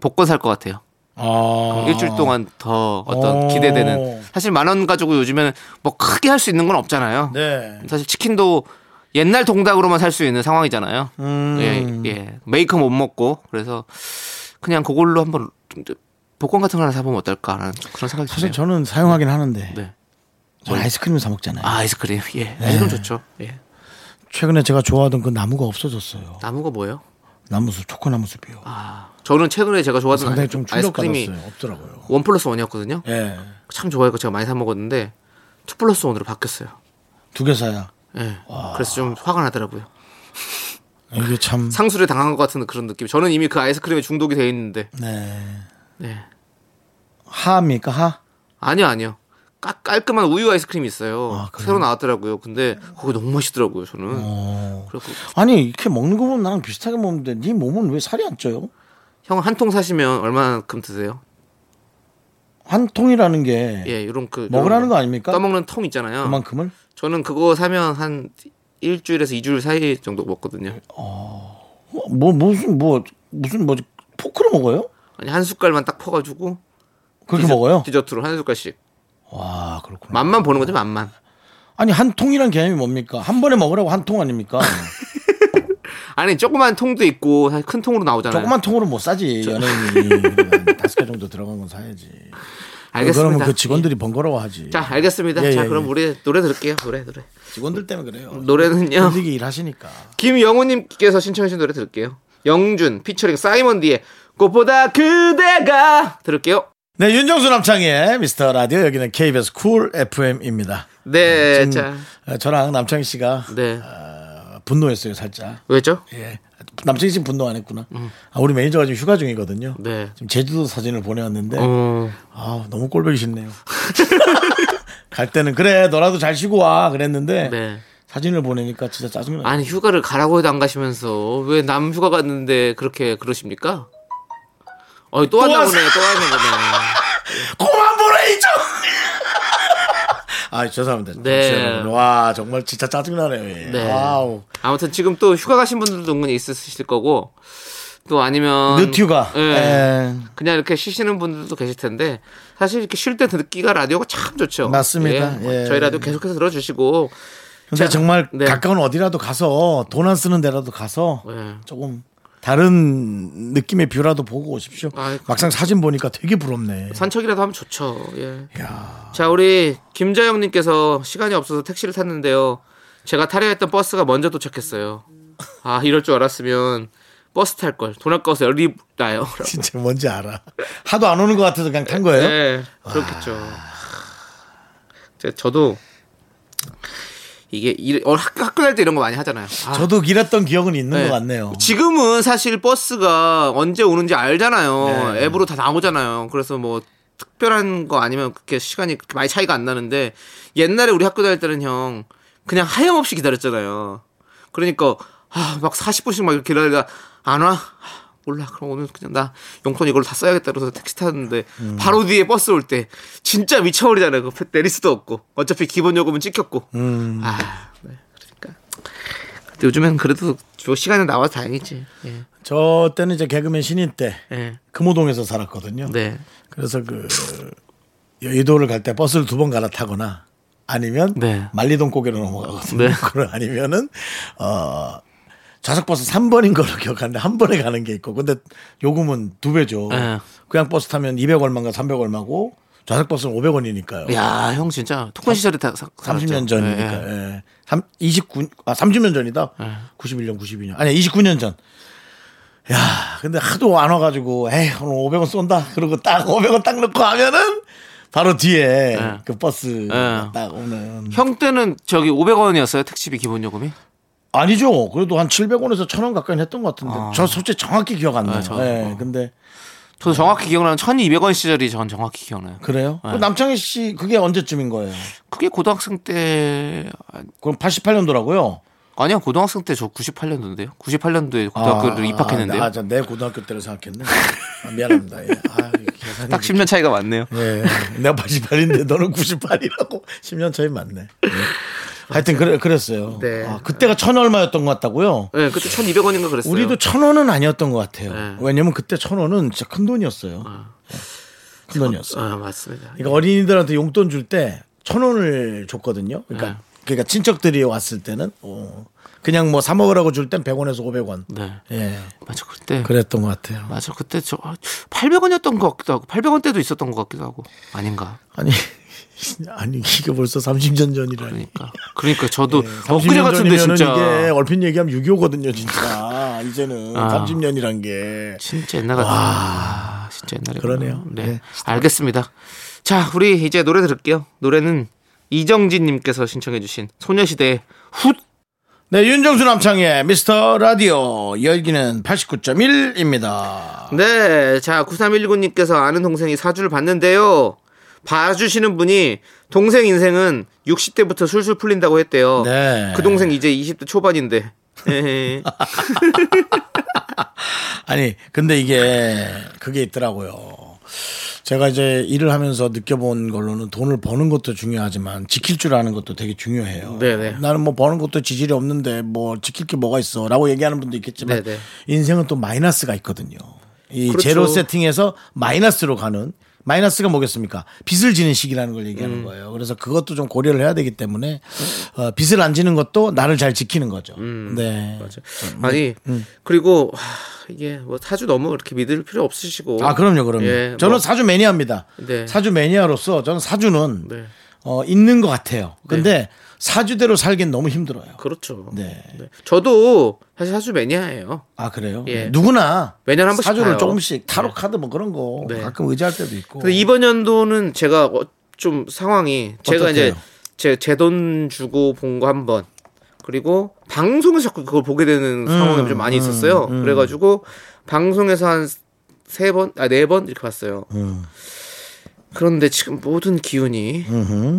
[SPEAKER 2] 복권 살 것 같아요.
[SPEAKER 1] 아.
[SPEAKER 2] 일주일 동안 더 어떤
[SPEAKER 1] 오.
[SPEAKER 2] 기대되는 사실 만 원 가지고 요즘에는 뭐 크게 할 수 있는 건 없잖아요.
[SPEAKER 1] 네.
[SPEAKER 2] 사실 치킨도 옛날 동닭으로만 살 수 있는 상황이잖아요.
[SPEAKER 1] 음.
[SPEAKER 2] 예, 예. 메이커 못 먹고 그래서 그냥 그걸로 한번 좀 복권 같은 거 하나 사보면 어떨까라는 그런 생각이
[SPEAKER 1] 사실
[SPEAKER 2] 드네요.
[SPEAKER 1] 저는 사용하긴 하는데
[SPEAKER 2] 네.
[SPEAKER 1] 저는 아이스크림을 사 먹잖아요.
[SPEAKER 2] 아, 아이스크림. 예.
[SPEAKER 1] 네.
[SPEAKER 2] 아이스크림 좋죠. 예.
[SPEAKER 1] 최근에 제가 좋아하던 그 나무가 없어졌어요.
[SPEAKER 2] 나무가 뭐예요?
[SPEAKER 1] 나무숲 초코 나무숲이요.
[SPEAKER 2] 아, 저는 최근에 제가 좋아하던
[SPEAKER 1] 상당히
[SPEAKER 2] 아이-
[SPEAKER 1] 좀
[SPEAKER 2] 아이스크림이
[SPEAKER 1] 충격받았어요. 없더라고요.
[SPEAKER 2] 원 플러스 원이었거든요.
[SPEAKER 1] 예,
[SPEAKER 2] 참 좋아해서 제가 많이 사 먹었는데 투 플러스 원으로 바뀌었어요.
[SPEAKER 1] 두 개 사야
[SPEAKER 2] 예. 그래서 좀 화가 나더라고요.
[SPEAKER 1] 이게 참.
[SPEAKER 2] 상술에 당한 것 같은 그런 느낌. 저는 이미 그 아이스크림에 중독이 돼 있는데.
[SPEAKER 1] 네.
[SPEAKER 2] 네.
[SPEAKER 1] 하입니까 하?
[SPEAKER 2] 아니요, 아니요. 깔, 깔끔한 우유 아이스크림이 있어요.
[SPEAKER 1] 아, 그래요?
[SPEAKER 2] 새로 나왔더라고요. 근데 그거 너무 맛있더라고요, 저는.
[SPEAKER 1] 어.
[SPEAKER 2] 그래서
[SPEAKER 1] 아니 이렇게 먹는 거 보면 나랑 비슷하게 먹는데 네 몸은 왜 살이 안 쪄요?
[SPEAKER 2] 형 한 통 사시면 얼마만큼 드세요?
[SPEAKER 1] 한 통이라는 게
[SPEAKER 2] 예, 요런 그
[SPEAKER 1] 먹으라는
[SPEAKER 2] 요런
[SPEAKER 1] 거 아닙니까?
[SPEAKER 2] 떠먹는 통 있잖아요.
[SPEAKER 1] 그만큼을
[SPEAKER 2] 저는 그거 사면 한 일주일에서 이주일 사이 정도 먹거든요.
[SPEAKER 1] 어, 뭐 무슨 뭐 무슨 뭐 포크로 먹어요?
[SPEAKER 2] 아니 한 숟갈만 딱 퍼가지고
[SPEAKER 1] 그렇게 먹어요?
[SPEAKER 2] 디저트로 한 숟갈씩.
[SPEAKER 1] 와 그렇구나.
[SPEAKER 2] 맛만 보는 거죠, 맛만.
[SPEAKER 1] 아니 한 통이란 개념이 뭡니까? 한 번에 먹으라고 한 통 아닙니까?
[SPEAKER 2] 아니 조그만 통도 있고 사실 큰 통으로 나오잖아요.
[SPEAKER 1] 조그만 통으로 못 사지 연예인이 그러면 다섯 개 정도 들어간 건 사야지.
[SPEAKER 2] 알겠습니다.
[SPEAKER 1] 그러면 그 직원들이 번거로워하지.
[SPEAKER 2] 예. 자, 알겠습니다.
[SPEAKER 1] 예,
[SPEAKER 2] 자,
[SPEAKER 1] 예,
[SPEAKER 2] 그럼
[SPEAKER 1] 예.
[SPEAKER 2] 우리 노래 들을게요. 노래 노래.
[SPEAKER 1] 직원들 때문에 그래요.
[SPEAKER 2] 노래는요.
[SPEAKER 1] 힘들게 일하시니까.
[SPEAKER 2] 김영우님께서 신청하신 노래 들을게요. 영준 피처링 사이먼 디의 꽃보다 그대가 들을게요.
[SPEAKER 1] 네, 윤정수 남창희의 미스터 라디오 여기는 KBS 쿨 FM입니다.
[SPEAKER 2] 네,
[SPEAKER 1] 지금
[SPEAKER 2] 자,
[SPEAKER 1] 어, 저랑 남창희 씨가
[SPEAKER 2] 네.
[SPEAKER 1] 어, 분노했어요 살짝.
[SPEAKER 2] 왜죠?
[SPEAKER 1] 예. 남창희 씨는 분노 안 했구나. 아, 우리 매니저가 지금 휴가 중이거든요.
[SPEAKER 2] 음. 네.
[SPEAKER 1] 지금 제주도 사진을 보내왔는데
[SPEAKER 2] 어,
[SPEAKER 1] 아 너무 꼴보기 싫네요. 갈 때는 그래 너라도 잘 쉬고 와 그랬는데
[SPEAKER 2] 네.
[SPEAKER 1] 사진을 보내니까 진짜 짜증나.
[SPEAKER 2] 아니 휴가를 가라고 해도 안 가시면서 왜 남 휴가 갔는데 그렇게 그러십니까? 어이 또 하나
[SPEAKER 1] 또
[SPEAKER 2] 보네, 또 하나 보네.
[SPEAKER 1] 그만 보내줘. 아 죄송합니다.
[SPEAKER 2] 네.
[SPEAKER 1] 죄송합니다. 와 정말 진짜 짜증나네요. 예.
[SPEAKER 2] 네.
[SPEAKER 1] 와우.
[SPEAKER 2] 아무튼 지금 또 휴가 가신 분들도 은근히 있으실 거고 또 아니면
[SPEAKER 1] 늦휴가.
[SPEAKER 2] 예.
[SPEAKER 1] 예.
[SPEAKER 2] 그냥 이렇게 쉬시는 분들도 계실 텐데 사실 이렇게 쉴 때 듣기가 라디오가 참 좋죠.
[SPEAKER 1] 맞습니다. 예.
[SPEAKER 2] 저희 라디오 계속해서 들어주시고
[SPEAKER 1] 근데
[SPEAKER 2] 자,
[SPEAKER 1] 정말
[SPEAKER 2] 네.
[SPEAKER 1] 가까운 어디라도 가서 돈 안 쓰는 데라도 가서
[SPEAKER 2] 예.
[SPEAKER 1] 조금 다른 느낌의 뷰라도 보고 오십시오.
[SPEAKER 2] 아이, 그
[SPEAKER 1] 막상 사진 보니까 되게 부럽네.
[SPEAKER 2] 산책이라도 하면 좋죠. 예. 자 우리 김자영님께서 시간이 없어서 택시를 탔는데요. 제가 타려 했던 버스가 먼저 도착했어요. 아 이럴 줄 알았으면 버스 탈 걸. 돈 아까워서 열이 나요.
[SPEAKER 1] 진짜 뭔지 알아. 하도 안 오는 것 같아서 그냥 탄 거예요.
[SPEAKER 2] 네, 그렇겠죠. 제 저도 이게 일, 어, 학교, 학교 다닐 때 이런 거 많이 하잖아요. 아,
[SPEAKER 1] 저도 길었던 기억은 있는
[SPEAKER 2] 네.
[SPEAKER 1] 것 같네요.
[SPEAKER 2] 지금은 사실 버스가 언제 오는지 알잖아요. 앱으로 다 나오잖아요. 그래서 뭐 특별한 거 아니면 그렇게 시간이 그렇게 많이 차이가 안 나는데 옛날에 우리 학교 다닐 때는 형 그냥 하염없이 기다렸잖아요. 그러니까 아, 막 40분씩 막 이렇게 기다리다 안 와. 아, 몰라 그럼 오늘 그냥 나 용돈 이걸로 다 써야겠다 그래서 택시 탔는데 바로 뒤에 버스 올 때 진짜 미쳐버리잖아요 그 내릴 수도 없고 어차피 기본 요금은 찍혔고 아 네, 그러니까 근데 요즘엔 그래도 저 시간에 나와서 다행이지. 예.
[SPEAKER 1] 저 때는 이제 개그맨 신인 때
[SPEAKER 2] 예.
[SPEAKER 1] 금호동에서 살았거든요.
[SPEAKER 2] 네.
[SPEAKER 1] 그래서 그 여의도를 갈 때 버스를 두 번 갈아타거나 아니면
[SPEAKER 2] 네.
[SPEAKER 1] 만리동 고개로 넘어가거든요.
[SPEAKER 2] 네.
[SPEAKER 1] 그걸 아니면은 어 좌석버스 3번인 걸로 기억하는데 한 번에 가는 게 있고 근데 요금은 두 배죠.
[SPEAKER 2] 네.
[SPEAKER 1] 그냥 버스 타면 200 얼마인가 300 얼마고 좌석버스는 500원이니까요.
[SPEAKER 2] 야, 형 진짜 토큰 시절에 다 사- 살았죠.
[SPEAKER 1] 30년
[SPEAKER 2] 예,
[SPEAKER 1] 전이니까.
[SPEAKER 2] 예.
[SPEAKER 1] 예. 삼 29, 아, 30년 전이다? 91년, 92년. 아니, 29년 전. 야, 근데 하도 안 와가지고, 에이, 오늘 500원 쏜다. 그러고 딱 500원 딱 넣고 하면은 바로 뒤에
[SPEAKER 2] 예.
[SPEAKER 1] 그 버스 가딱 오는.
[SPEAKER 2] 형 때는 저기 500원이었어요 택시비 기본 요금이?
[SPEAKER 1] 아니죠. 그래도 한 700원에서 1000원 가까이 했던 것 같은데.
[SPEAKER 2] 아.
[SPEAKER 1] 저 솔직히 정확히 기억 안 나요.
[SPEAKER 2] 저도.
[SPEAKER 1] 예, 근데
[SPEAKER 2] 저도 정확히 기억나는 1,200원 시절이 전 정확히 기억나요.
[SPEAKER 1] 네. 그래요? 그 남창희 씨 그게 언제쯤인 거예요?
[SPEAKER 2] 그게 고등학생 때
[SPEAKER 1] 그럼 88년도라고요?
[SPEAKER 2] 아니야 고등학생 때 저 98년도인데요. 98년도에 고등학교를 그 입학했는데요.
[SPEAKER 1] 아, 아, 저내 고등학교 때를 생각했네. 아, 미안합니다. 예. 아, 계산이
[SPEAKER 2] 딱 10년 차이가 많네요.
[SPEAKER 1] 예. 내가 88인데 너는 98이라고 10년 차이 맞네. 예. 하여튼 그래, 그랬어요.
[SPEAKER 2] 네.
[SPEAKER 1] 아, 그때가 천 얼마였던 것 같다고요?
[SPEAKER 2] 예, 그때 1,200원인가 그랬어요.
[SPEAKER 1] 우리도 천 원은 아니었던 것 같아요.
[SPEAKER 2] 네.
[SPEAKER 1] 왜냐면 그때 천 원은 진짜 큰 돈이었어요. 예. 큰 돈이었어요.
[SPEAKER 2] 아, 맞습니다. 네.
[SPEAKER 1] 그러니까 어린이들한테 용돈 줄 때 천 원을 줬거든요. 그러니까 그러니까 친척들이 왔을 때는 어, 그냥 뭐 사 먹으라고 줄 땐 100원에서 500원.
[SPEAKER 2] 네.
[SPEAKER 1] 예.
[SPEAKER 2] 맞아 그때
[SPEAKER 1] 그랬던 것 같아요.
[SPEAKER 2] 맞아 그때 저 800원이었던 것 같기도 하고 800원대도 있었던 것 같기도 하고 아닌가
[SPEAKER 1] 아니 아니 이게 벌써 30년 전이라니.
[SPEAKER 2] 그러니까 그러니까 저도 엊그제
[SPEAKER 1] 네, 30년
[SPEAKER 2] 같은데
[SPEAKER 1] 전이면은
[SPEAKER 2] 진짜
[SPEAKER 1] 이게 얼핏 얘기하면 6.25거든요 진짜 이제는
[SPEAKER 2] 아.
[SPEAKER 1] 30년이란 게
[SPEAKER 2] 진짜 옛날 같다. 아, 진짜 옛날에.
[SPEAKER 1] 그러네요.
[SPEAKER 2] 네.
[SPEAKER 1] 네.
[SPEAKER 2] 알겠습니다. 자, 우리 이제 노래 들을게요. 노래는 이정진 님께서 신청해 주신 소녀시대의 훗
[SPEAKER 1] 네, 윤정수 남창의 미스터 라디오 열기는 89.1입니다.
[SPEAKER 2] 네, 자 9319님께서 아는 동생이 사주를 봤는데요. 봐주시는 분이 동생 인생은 60대부터 술술 풀린다고 했대요.
[SPEAKER 1] 네.
[SPEAKER 2] 그 동생 이제 20대 초반인데. 네. 에헤이.
[SPEAKER 1] 아니, 근데 이게 그게 있더라고요. 제가 이제 일을 하면서 느껴본 걸로는 돈을 버는 것도 중요하지만 지킬 줄 아는 것도 되게 중요해요.
[SPEAKER 2] 네네.
[SPEAKER 1] 나는 뭐 버는 것도 지질이 없는데 뭐 지킬 게 뭐가 있어 라고 얘기하는 분도 있겠지만
[SPEAKER 2] 네네.
[SPEAKER 1] 인생은 또 마이너스가 있거든요. 이
[SPEAKER 2] 그렇죠.
[SPEAKER 1] 제로 세팅에서 마이너스로 가는 마이너스가 뭐겠습니까? 빚을 지는 시기라는 걸 얘기하는
[SPEAKER 2] 음.
[SPEAKER 1] 거예요. 그래서 그것도 좀 고려를 해야 되기 때문에 어, 빚을 안 지는 것도 나를 잘 지키는 거죠.
[SPEAKER 2] 음.
[SPEAKER 1] 네. 음.
[SPEAKER 2] 아니 그리고 하, 이게 뭐 사주 너무 그렇게 믿을 필요 없으시고.
[SPEAKER 1] 아 그럼요, 그럼요.
[SPEAKER 2] 예,
[SPEAKER 1] 저는
[SPEAKER 2] 뭐,
[SPEAKER 1] 사주 매니아입니다.
[SPEAKER 2] 네.
[SPEAKER 1] 사주 매니아로서 저는 사주는
[SPEAKER 2] 네.
[SPEAKER 1] 어, 있는 것 같아요. 근데 사주대로 살긴 너무 힘들어요.
[SPEAKER 2] 그렇죠.
[SPEAKER 1] 네.
[SPEAKER 2] 네. 저도 사실 사주 매니아예요.
[SPEAKER 1] 아 그래요?
[SPEAKER 2] 예.
[SPEAKER 1] 누구나
[SPEAKER 2] 매년 한 번씩
[SPEAKER 1] 사주를
[SPEAKER 2] 봐요.
[SPEAKER 1] 조금씩 어. 타로 카드 뭐 그런 거
[SPEAKER 2] 네.
[SPEAKER 1] 가끔 의지할 때도 있고.
[SPEAKER 2] 근데 이번 연도는 제가 어, 좀 상황이 제가 이제
[SPEAKER 1] 어떻대요?
[SPEAKER 2] 제 제 돈 주고 본 거 한 번. 그리고 방송에서 자꾸 그걸 보게
[SPEAKER 1] 음,
[SPEAKER 2] 되는 상황이 좀 많이 있었어요. 그래가지고 방송에서 한 세 번, 아 네 번 이렇게 봤어요.
[SPEAKER 1] 음.
[SPEAKER 2] 그런데 지금 모든 기운이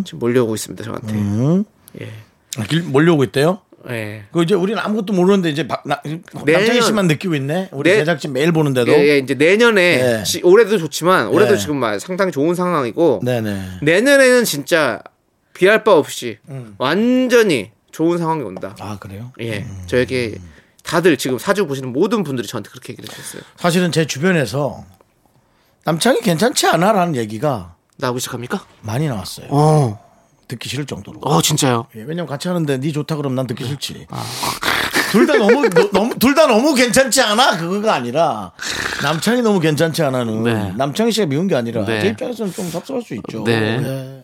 [SPEAKER 2] 지금 몰려오고 있습니다 저한테.
[SPEAKER 1] 음.
[SPEAKER 2] 예,
[SPEAKER 1] 아, 길- 몰려오고 있대요.
[SPEAKER 2] 예.
[SPEAKER 1] 그 이제 우리는 아무것도 모르는데 이제 박- 나- 남창희 씨만 느끼고 있네. 우리
[SPEAKER 2] 내-
[SPEAKER 1] 제작진 매일 보는데도.
[SPEAKER 2] 예, 예, 이제 내년에
[SPEAKER 1] 예.
[SPEAKER 2] 지- 올해도 좋지만 올해도
[SPEAKER 1] 예.
[SPEAKER 2] 지금 막 상당히 좋은 상황이고
[SPEAKER 1] 네네.
[SPEAKER 2] 내년에는 진짜 비할 바 없이 완전히 좋은 상황이 온다.
[SPEAKER 1] 음. 아 그래요?
[SPEAKER 2] 예, 저에게 다들 지금 사주 보시는 모든 분들이 저한테 그렇게 얘기를 해주셨어요.
[SPEAKER 1] 사실은 제 주변에서 남창이 괜찮지 않아라는 얘기가
[SPEAKER 2] 나오기 시작합니까?
[SPEAKER 1] 많이 나왔어요.
[SPEAKER 2] 어,
[SPEAKER 1] 듣기 싫을 정도로.
[SPEAKER 2] 어 아. 진짜요?
[SPEAKER 1] 예, 왜냐면 같이 하는데 네 좋다 그러면 난 듣기 싫지. 둘 다 너무 너, 무 둘 다 너무 괜찮지 않아 그거가 아니라 남창이 너무 괜찮지 않아는
[SPEAKER 2] 네.
[SPEAKER 1] 남창이 씨가 미운 게 아니라
[SPEAKER 2] 네.
[SPEAKER 1] 제 입장에서는 좀 섭섭할 수 있죠.
[SPEAKER 2] 네.
[SPEAKER 1] 예.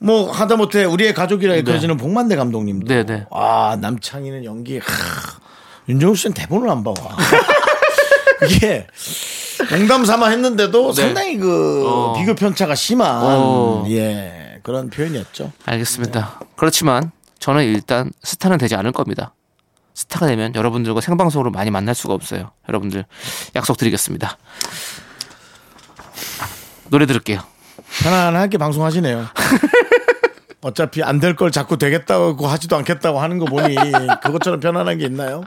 [SPEAKER 1] 뭐 하다못해 우리의 가족이라 일컬어지는 복만대 감독님도
[SPEAKER 2] 네, 네.
[SPEAKER 1] 아 남창이는 연기 하, 윤정우 씨는 대본을 안 봐와. 그게 농담 삼아 했는데도
[SPEAKER 2] 네.
[SPEAKER 1] 상당히 그
[SPEAKER 2] 어.
[SPEAKER 1] 비교 편차가 심한
[SPEAKER 2] 어.
[SPEAKER 1] 예 그런 표현이었죠.
[SPEAKER 2] 알겠습니다. 그렇지만 저는 일단 스타는 되지 않을 겁니다. 스타가 되면 여러분들과 생방송으로 많이 만날 수가 없어요. 여러분들 약속드리겠습니다. 노래 들을게요.
[SPEAKER 1] 편안하게 방송하시네요. 어차피 안 될 걸 자꾸 되겠다고 하지도 않겠다고 하는 거 보니 그것처럼 편안한 게 있나요?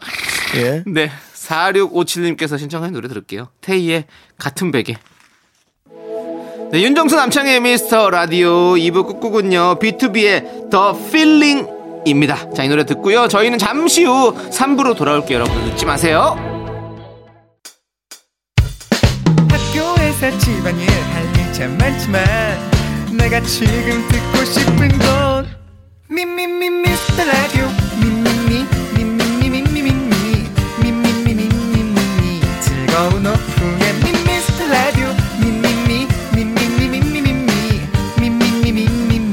[SPEAKER 1] 예.
[SPEAKER 2] 네. 4657님께서 신청한 노래 들을게요. 태희의 같은 베개. 네, 윤정수 남창의 미스터 라디오 2부 끝곡은요. B2B의 더 필링입니다. 자, 이 노래 듣고요. 저희는 잠시 후 3부로 돌아올게요. 여러분 늦지 마세요.
[SPEAKER 4] 학교에서 집안일 할 일 참 많지만 내가 지금 듣고 싶은 건 미미미 미스터 라디오 미미미 미미미 미미미 미미미 미미미 즐거운 오후에 미스터 라디오 미미미 미미미 미미미 미미미 미미미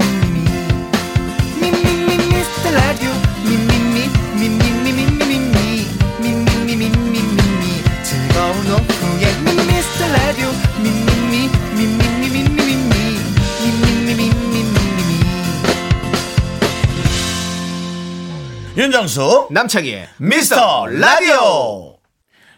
[SPEAKER 1] 윤정수
[SPEAKER 2] 남창희의
[SPEAKER 1] 미스터 라디오.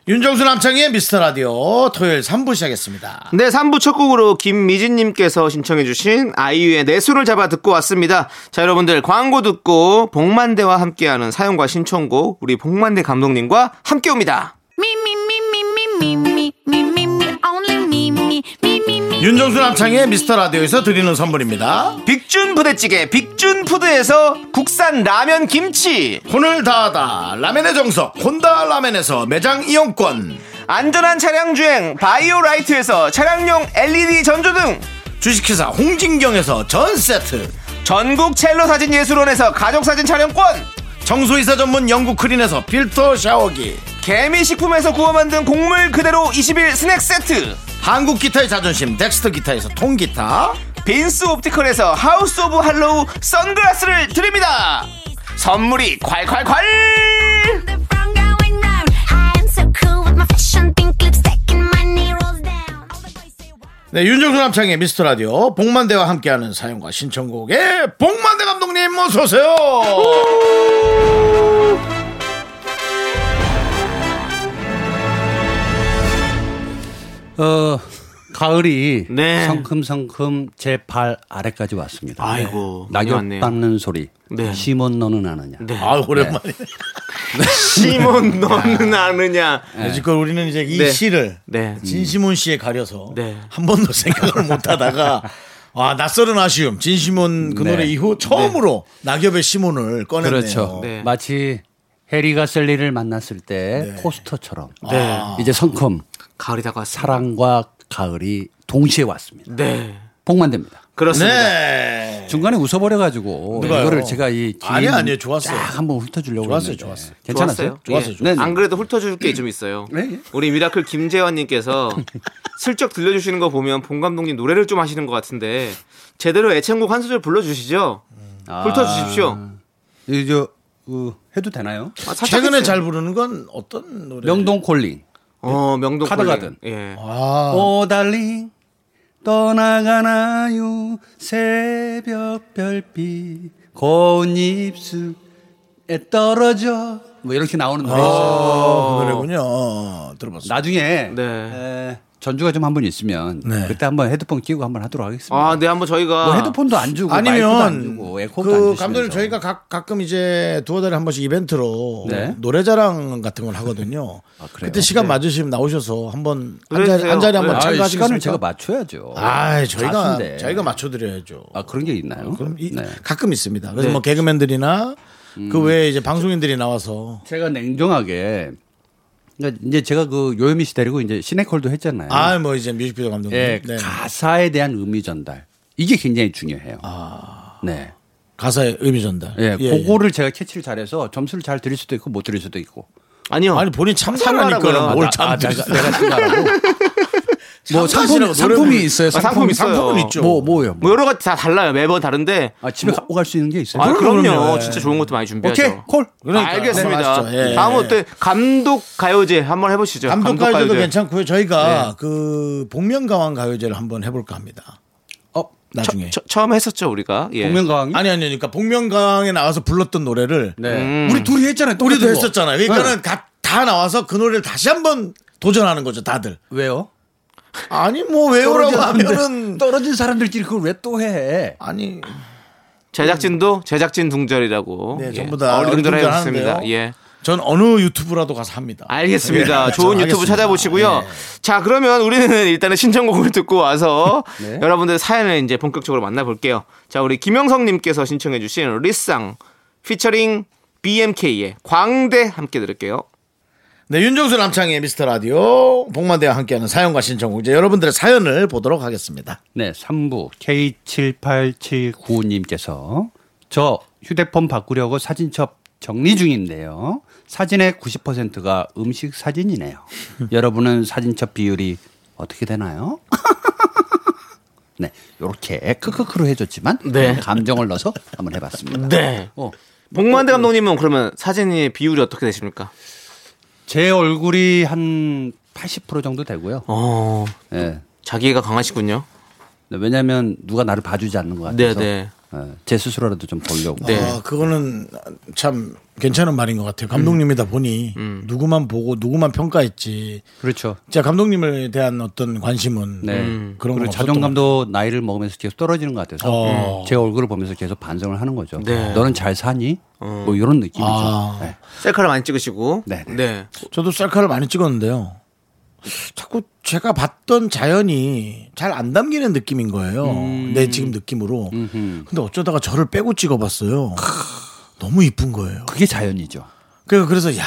[SPEAKER 1] 윤정수 남창희의 미스터 라디오 토요일 3부 시작했습니다.
[SPEAKER 2] 네, 3부 첫 곡으로 김미진님께서 신청해주신 아이유의 내 손을 잡아 듣고 왔습니다. 자, 여러분들 광고 듣고 복만대와 함께하는 사연과 신청곡 우리 복만대 감독님과 함께 옵니다.
[SPEAKER 3] Me, me, me, me, me, me, me, me, me, me, only me, me, me, me, me.
[SPEAKER 1] 윤정수 남창희의 미스터 라디오에서 드리는 선물입니다.
[SPEAKER 2] 빅준 부대찌개 빅준푸드에서 국산 라면 김치
[SPEAKER 1] 혼을 다하다 라멘의 정석 혼다 라멘에서 매장 이용권
[SPEAKER 2] 안전한 차량 주행 바이오라이트에서 차량용 LED 전조등
[SPEAKER 1] 주식회사 홍진경에서 전 세트
[SPEAKER 2] 전국 첼로 사진 예술원에서 가족 사진 촬영권.
[SPEAKER 1] 청소이사 전문 영국 크린에서 필터 샤워기
[SPEAKER 2] 개미 식품에서 구워 만든 곡물 그대로 20일 스낵 세트.
[SPEAKER 1] 한국 기타의 자존심 덱스터 기타에서 통기타
[SPEAKER 2] 빈스 옵티컬에서 하우스 오브 할로우 선글라스를 드립니다. 선물이 콸콸콸!
[SPEAKER 3] The front going round. I am so cool with my fashion pink lipstick and my knee rolls down. All the boys say, wow.
[SPEAKER 1] 네, 윤정수 남창의 미스터 라디오 복만대와 함께하는 사연과 신청곡의 복만대 감독님 어서 오세요.
[SPEAKER 5] 어, 가을이
[SPEAKER 2] 네.
[SPEAKER 5] 성큼성큼 제 발 아래까지 왔습니다.
[SPEAKER 2] 아이고, 많이
[SPEAKER 5] 낙엽
[SPEAKER 2] 왔네요.
[SPEAKER 5] 밟는 소리.
[SPEAKER 2] 네.
[SPEAKER 5] 시몬 너는 아느냐.
[SPEAKER 1] 아 오랜만에.
[SPEAKER 2] 시몬 너는 아느냐?
[SPEAKER 1] 여지껏 우리는 네, 이제 이
[SPEAKER 2] 네.
[SPEAKER 1] 시를
[SPEAKER 2] 네.
[SPEAKER 1] 진시몬 씨에 가려서
[SPEAKER 2] 네.
[SPEAKER 1] 한 번도 생각을 못하다가 아 낯설은 아쉬움 진시몬 그
[SPEAKER 5] 네.
[SPEAKER 1] 노래 이후 처음으로 낙엽의 시몬을 꺼냈네요.
[SPEAKER 5] 그렇죠.
[SPEAKER 2] 네.
[SPEAKER 5] 마치 해리가 셀리를 만났을 때 포스터처럼
[SPEAKER 2] 네.
[SPEAKER 5] 이제 성큼
[SPEAKER 2] 가을이 다가왔습니다.
[SPEAKER 5] 사랑과 가을이 동시에 왔습니다.
[SPEAKER 2] 네.
[SPEAKER 5] 복만 됩니다.
[SPEAKER 2] 그렇습니다.
[SPEAKER 1] 네.
[SPEAKER 5] 중간에 웃어버려가지고
[SPEAKER 1] 누가요?
[SPEAKER 5] 이거를 제가 이
[SPEAKER 1] 아니요, 아니요. 좋았어요.
[SPEAKER 5] 쫙 한번 훑어주려고
[SPEAKER 1] 좋았어요,
[SPEAKER 5] 그랬는데. 네,
[SPEAKER 1] 좋았어요.
[SPEAKER 5] 괜찮았어요?
[SPEAKER 1] 좋았어요,
[SPEAKER 2] 예.
[SPEAKER 1] 좋았어요.
[SPEAKER 5] 네.
[SPEAKER 2] 안 그래도 훑어줄 게 좀 있어요.
[SPEAKER 5] 네, 예.
[SPEAKER 2] 우리 미라클 김재환님께서 슬쩍 들려주시는 거 보면 봉 감독님 노래를 좀 하시는 것 같은데 제대로 애창곡 한 소절 불러주시죠.
[SPEAKER 5] 아. 네,
[SPEAKER 2] 훑어주십시오.
[SPEAKER 5] 이저 어, 해도 되나요?
[SPEAKER 2] 아, 살짝
[SPEAKER 1] 최근에
[SPEAKER 2] 했어요.
[SPEAKER 1] 잘 부르는 건 어떤 노래?
[SPEAKER 5] 명동 콜링.
[SPEAKER 2] 어 명동
[SPEAKER 5] 카드
[SPEAKER 2] 콜링.
[SPEAKER 5] 가든.
[SPEAKER 2] 예.
[SPEAKER 1] 아,
[SPEAKER 5] 오 달링 떠나가나요 새벽 별빛 고운 입술에 떨어져 뭐 이렇게 나오는
[SPEAKER 1] 아.
[SPEAKER 5] 노래 있어요.
[SPEAKER 1] 그 노래군요. 어, 들어봤어요.
[SPEAKER 5] 나중에
[SPEAKER 2] 네.
[SPEAKER 5] 에, 전주가 좀 한 번 있으면
[SPEAKER 1] 네.
[SPEAKER 5] 그때 한번 헤드폰 끼고 한번 하도록 하겠습니다.
[SPEAKER 2] 아, 네, 한번 저희가
[SPEAKER 5] 뭐 헤드폰도 안 주고 마이크도 안
[SPEAKER 1] 아니면
[SPEAKER 5] 주고 에코도
[SPEAKER 1] 그
[SPEAKER 5] 안
[SPEAKER 1] 감독님
[SPEAKER 5] 주시면서.
[SPEAKER 1] 저희가 가, 가끔 이제 두어 달에 한 번씩 이벤트로
[SPEAKER 5] 네. 아,
[SPEAKER 1] 노래자랑 같은 걸 하거든요.
[SPEAKER 5] 그래요? 네.
[SPEAKER 1] 그때 시간 맞으시면 나오셔서 한번 한 자리,
[SPEAKER 2] 그러세요.
[SPEAKER 1] 한 자리 한번
[SPEAKER 2] 네.
[SPEAKER 5] 아,
[SPEAKER 1] 참가하시겠습니까?
[SPEAKER 5] 시간을 제가 맞춰야죠.
[SPEAKER 1] 아, 저희가
[SPEAKER 5] 가수인데.
[SPEAKER 1] 저희가 맞춰드려야죠.
[SPEAKER 5] 아 그런 게 있나요?
[SPEAKER 1] 그럼 이-
[SPEAKER 5] 네. 음.
[SPEAKER 1] 가끔 있습니다. 그래서
[SPEAKER 2] 네.
[SPEAKER 1] 뭐 개그맨들이나 그 외에 이제 방송인들이 나와서
[SPEAKER 5] 제가 냉정하게 그러니까 이제 제가 그 요요미 씨 데리고 이제 시네콜도 했잖아요.
[SPEAKER 1] 아 뭐 이제 뮤직비디오 감독님
[SPEAKER 5] 예,
[SPEAKER 1] 네.
[SPEAKER 5] 가사에 대한 의미 전달 이게 굉장히 중요해요. 네,
[SPEAKER 1] 가사의 의미 전달.
[SPEAKER 5] 예,
[SPEAKER 1] 아. 예, 예.
[SPEAKER 5] 그거를 제가 캐치를 잘해서 점수를 잘 드릴 수도 있고 못 드릴 수도 있고.
[SPEAKER 2] 아니요.
[SPEAKER 1] 아니 본인 참사라니까
[SPEAKER 2] 참가라고요.
[SPEAKER 1] 뭘
[SPEAKER 5] 나- 아,
[SPEAKER 1] 참들
[SPEAKER 5] 내가, 내가 생각하고. 뭐 상품, 상품이 있어요.
[SPEAKER 2] 아, 상품
[SPEAKER 5] 상품.
[SPEAKER 2] 있어요.
[SPEAKER 1] 상품은 있죠.
[SPEAKER 5] 뭐 뭐요?
[SPEAKER 2] 뭐 여러 가지 다 달라요. 매번 다른데.
[SPEAKER 5] 아, 집에 갖고 갈 수 있는 게 있어요.
[SPEAKER 2] 아,
[SPEAKER 1] 뭐?
[SPEAKER 2] 그럼요.
[SPEAKER 1] 그럼요. 예.
[SPEAKER 2] 진짜 좋은 것도 많이 준비하죠.
[SPEAKER 5] 오케이 콜.
[SPEAKER 1] 그러니까.
[SPEAKER 2] 알겠습니다.
[SPEAKER 1] 한번 하시죠. 예.
[SPEAKER 2] 다음 어때 감독 가요제 한번 해보시죠.
[SPEAKER 1] 감독 가요제도 괜찮고요. 저희가 그 복면가왕 가요제를 한번 해볼까 합니다.
[SPEAKER 5] 어,
[SPEAKER 1] 나중에.
[SPEAKER 2] 처, 처음 했었죠 우리가. 예.
[SPEAKER 5] 공명강.
[SPEAKER 1] 아니 아니 그러니까 복면가왕에 나와서 불렀던 노래를
[SPEAKER 5] 네. 우리 둘이 했잖아요.
[SPEAKER 1] 음. 우리도
[SPEAKER 5] 똑같은 거.
[SPEAKER 1] 했었잖아요. 그러니까는 가- 다 나와서 그 노래를 다시 한번 도전하는 거죠, 다들.
[SPEAKER 5] 왜요?
[SPEAKER 1] 아니 뭐 외우라고 하면은
[SPEAKER 5] 떨어진 사람들끼리 그걸 왜 또 해?
[SPEAKER 1] 아니
[SPEAKER 2] 제작진도 제작진 둥절이라고.
[SPEAKER 1] 네,
[SPEAKER 2] 예.
[SPEAKER 1] 전부 다
[SPEAKER 2] 어리둥절
[SPEAKER 1] 어리둥절
[SPEAKER 2] 해봤습니다.
[SPEAKER 1] 하는데요.
[SPEAKER 2] 예. 아,
[SPEAKER 1] 전 어느 유튜브라도 가서 합니다.
[SPEAKER 2] 알겠습니다.
[SPEAKER 1] 예,
[SPEAKER 2] 좋은
[SPEAKER 1] 저
[SPEAKER 2] 유튜브
[SPEAKER 1] 하겠습니다.
[SPEAKER 2] 찾아보시고요.
[SPEAKER 1] 예.
[SPEAKER 2] 자, 그러면 우리는 일단은 신청곡을 듣고 와서
[SPEAKER 1] 네.
[SPEAKER 2] 여러분들 사연을 이제 본격적으로 만나볼게요. 자, 우리 김영성님께서 신청해주신 리쌍 피처링 BMK의 광대 함께 들을게요.
[SPEAKER 1] 네, 윤정수 남창의 미스터 라디오 복만대와 함께하는 사연과 신청곡 이제 여러분들의 사연을 보도록 하겠습니다.
[SPEAKER 5] 네, 3부 K7879님께서 저 휴대폰 바꾸려고 사진첩 정리 중인데요. 사진의 90%가 음식 사진이네요. 여러분은 사진첩 비율이 어떻게 되나요? 네, 요렇게 크크크로 해줬지만
[SPEAKER 2] 네.
[SPEAKER 5] 감정을 넣어서 한번 해봤습니다.
[SPEAKER 2] 네.
[SPEAKER 5] 어,
[SPEAKER 2] 복만대 감독님은 그러면 사진의 비율이 어떻게 되십니까?
[SPEAKER 5] 제 얼굴이 한 80% 정도 되고요.
[SPEAKER 2] 어,
[SPEAKER 5] 예.
[SPEAKER 2] 자기애가 강하시군요.
[SPEAKER 5] 왜냐하면 누가 나를 봐주지 않는 것
[SPEAKER 2] 네,
[SPEAKER 5] 같아서
[SPEAKER 2] 네.
[SPEAKER 5] 어, 제 스스로라도 좀 보려고.
[SPEAKER 2] 네.
[SPEAKER 1] 아, 그거는 참 괜찮은 말인 것 같아요. 감독님이다
[SPEAKER 5] 음.
[SPEAKER 1] 보니 누구만 보고 누구만 평가했지.
[SPEAKER 5] 그렇죠.
[SPEAKER 1] 진짜 감독님에 대한 어떤 관심은
[SPEAKER 5] 네.
[SPEAKER 1] 그런 건
[SPEAKER 5] 그리고
[SPEAKER 1] 없었던
[SPEAKER 5] 자존감도 나이를 먹으면서 계속 떨어지는 것 같아서
[SPEAKER 1] 어.
[SPEAKER 5] 제 얼굴을 보면서 계속 반성을 하는 거죠.
[SPEAKER 2] 네. 어.
[SPEAKER 5] 너는 잘 사니? 뭐 이런 느낌이죠.
[SPEAKER 1] 아.
[SPEAKER 5] 네.
[SPEAKER 2] 셀카를 많이 찍으시고.
[SPEAKER 5] 네, 네.
[SPEAKER 2] 네.
[SPEAKER 1] 저도 셀카를 많이 찍었는데요. 자꾸 제가 봤던 자연이 잘 안 담기는 느낌인 거예요.
[SPEAKER 5] 음.
[SPEAKER 1] 내 지금 느낌으로. 근데 어쩌다가 저를 빼고 찍어봤어요. 너무 이쁜 거예요.
[SPEAKER 5] 그게 자연이죠.
[SPEAKER 1] 그래서 그래서 야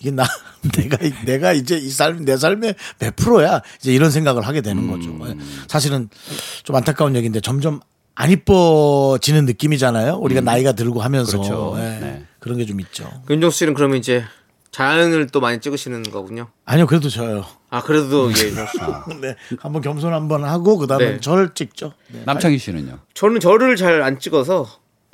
[SPEAKER 1] 이게 나 내가 이- 내가 이제 이 삶 내 삶의 음. 예. 몇 프로야 이제 이런 생각을 하게 되는 거죠. 사실은 좀 안타까운 얘기인데 점점 안 이뻐지는 느낌이잖아요. 우리가 나이가 들고 하면서
[SPEAKER 5] 그렇죠.
[SPEAKER 1] 예.
[SPEAKER 5] 네.
[SPEAKER 1] 그런 게 좀 있죠.
[SPEAKER 2] 윤종수 씨는 그러면 이제 자연을 또 많이 찍으시는 거군요.
[SPEAKER 1] 아니요, 그래도 저요.
[SPEAKER 2] 아 그래도 예.
[SPEAKER 5] 음.
[SPEAKER 1] 네, 한번 겸손 한번 하고 그다음에
[SPEAKER 2] 네.
[SPEAKER 1] 절 찍죠. 네.
[SPEAKER 5] 남창희 씨는요?
[SPEAKER 2] 저는 저를 잘 안 찍어서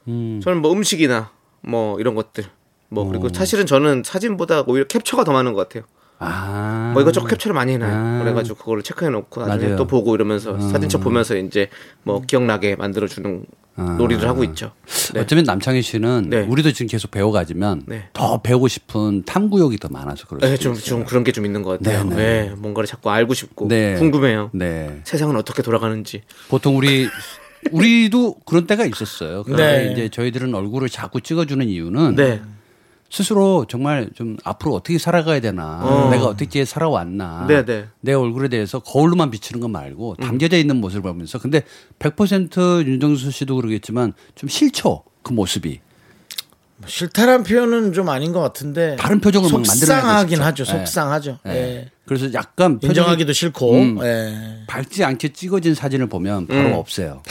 [SPEAKER 5] 음.
[SPEAKER 2] 저는 뭐 음식이나 뭐 이런 것들
[SPEAKER 5] 어.
[SPEAKER 2] 뭐 그리고 사실은 저는 사진보다 오히려 캡처가 더 많은 것 같아요.
[SPEAKER 5] 아.
[SPEAKER 2] 뭐 이것저것 캡처를 많이 해놔요.
[SPEAKER 5] 아.
[SPEAKER 2] 그래가지고 그거를 체크해놓고 나중에
[SPEAKER 5] 맞아요.
[SPEAKER 2] 또 보고 이러면서 사진첩 보면서 이제 뭐 기억나게 만들어주는
[SPEAKER 5] 아.
[SPEAKER 2] 놀이를 하고 있죠. 네.
[SPEAKER 5] 어쩌면 남창희 씨는
[SPEAKER 2] 네.
[SPEAKER 5] 우리도 지금 계속 배워가지만
[SPEAKER 2] 네.
[SPEAKER 5] 더 배우고 싶은 탐구욕이 더 많아서 그렇죠. 그럴 수도
[SPEAKER 2] 네, 좀,
[SPEAKER 5] 있어요.
[SPEAKER 2] 좀 그런 게 좀 있는 것 같아요.
[SPEAKER 5] 네,
[SPEAKER 2] 네,
[SPEAKER 5] 네.
[SPEAKER 2] 뭔가를 자꾸 알고 싶고
[SPEAKER 5] 네.
[SPEAKER 2] 궁금해요.
[SPEAKER 5] 네.
[SPEAKER 2] 세상은 어떻게 돌아가는지.
[SPEAKER 5] 보통 우리 우리도 그런 때가 있었어요. 그런데
[SPEAKER 1] 네.
[SPEAKER 5] 이제 저희들은 얼굴을 자꾸 찍어주는 이유는
[SPEAKER 2] 네,
[SPEAKER 5] 스스로 정말 좀 앞으로 어떻게 살아가야 되나, 내가 어떻게 살아왔나,
[SPEAKER 2] 네, 네.
[SPEAKER 5] 내 얼굴에 대해서 거울로만 비추는 건 말고 담겨져 있는 모습을 보면서 근데 100% 윤정수 씨도 그러겠지만 좀 싫죠 그 모습이
[SPEAKER 1] 뭐 싫다란 표현은 좀 아닌 것 같은데
[SPEAKER 5] 다른 표정을
[SPEAKER 1] 뭐
[SPEAKER 5] 막 만들어내고
[SPEAKER 1] 속상하긴
[SPEAKER 5] 싶죠.
[SPEAKER 1] 하죠. 네.
[SPEAKER 5] 예.
[SPEAKER 1] 속상하죠.
[SPEAKER 5] 예.
[SPEAKER 1] 예.
[SPEAKER 5] 그래서 약간 표정이
[SPEAKER 1] 인정하기도 싫고.
[SPEAKER 5] 음.
[SPEAKER 1] 예.
[SPEAKER 5] 밝지 않게 찍어진 사진을 보면 바로 없어요.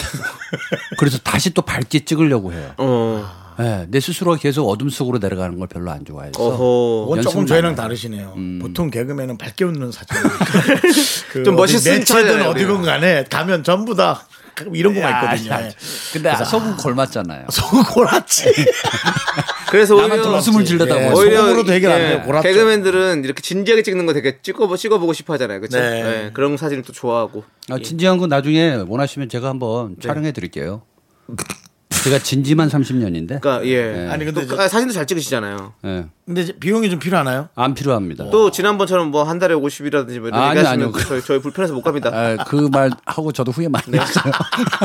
[SPEAKER 5] 그래서 다시 또 밝게 찍으려고 해요.
[SPEAKER 2] 어,
[SPEAKER 5] 예, 내 스스로가 계속 어둠 속으로 내려가는 걸 별로 안 좋아해서
[SPEAKER 2] 어허.
[SPEAKER 1] 그건
[SPEAKER 5] 연습은
[SPEAKER 1] 조금 저희랑
[SPEAKER 5] 많아요.
[SPEAKER 1] 다르시네요. 보통 개그맨은 밝게 웃는 사진.
[SPEAKER 2] 음. 좀 멋있으니까
[SPEAKER 1] 매체든
[SPEAKER 2] 하잖아요,
[SPEAKER 1] 어디건
[SPEAKER 2] 우리가.
[SPEAKER 1] 간에 가면 전부 다 이런 거만 있거든요. 예.
[SPEAKER 5] 근데 속은 골맞잖아요.
[SPEAKER 1] 속은
[SPEAKER 2] 네.
[SPEAKER 1] 골았지.
[SPEAKER 2] 그래서
[SPEAKER 5] 나만 뭐 또
[SPEAKER 2] 오히려
[SPEAKER 5] 웃음을 질러다
[SPEAKER 2] 네.
[SPEAKER 1] 예.
[SPEAKER 5] 보면
[SPEAKER 1] 오히려- 속으로도 해결 안 돼요. 골았죠.
[SPEAKER 2] 개그맨들은 이렇게 진지하게 찍는 거 되게 찍어보, 찍어보고 싶어 하잖아요. 그쵸?
[SPEAKER 1] 네.
[SPEAKER 2] 네. 그런 사진을 또 좋아하고.
[SPEAKER 5] 아, 진지한 건 나중에 원하시면 제가 한번 촬영해 드릴게요. 제가 진지만 30년인데 예,
[SPEAKER 2] 그러니까,
[SPEAKER 5] 네.
[SPEAKER 2] 예.
[SPEAKER 1] 아니, 근데
[SPEAKER 2] 또
[SPEAKER 1] 저-
[SPEAKER 2] 까- 사진도 잘 찍으시잖아요.
[SPEAKER 5] 어.
[SPEAKER 1] 근데 이제 비용이 좀 필요하나요?
[SPEAKER 5] 안 필요합니다.
[SPEAKER 2] 또 지난번처럼 뭐 한 달에 50이라든지 뭐 이런
[SPEAKER 5] 아니요,
[SPEAKER 2] 얘기하시면
[SPEAKER 5] 아니요.
[SPEAKER 2] 저희, 저희 불편해서 못 갑니다.
[SPEAKER 5] 그 말 하고 저도 후회 많이 했어요.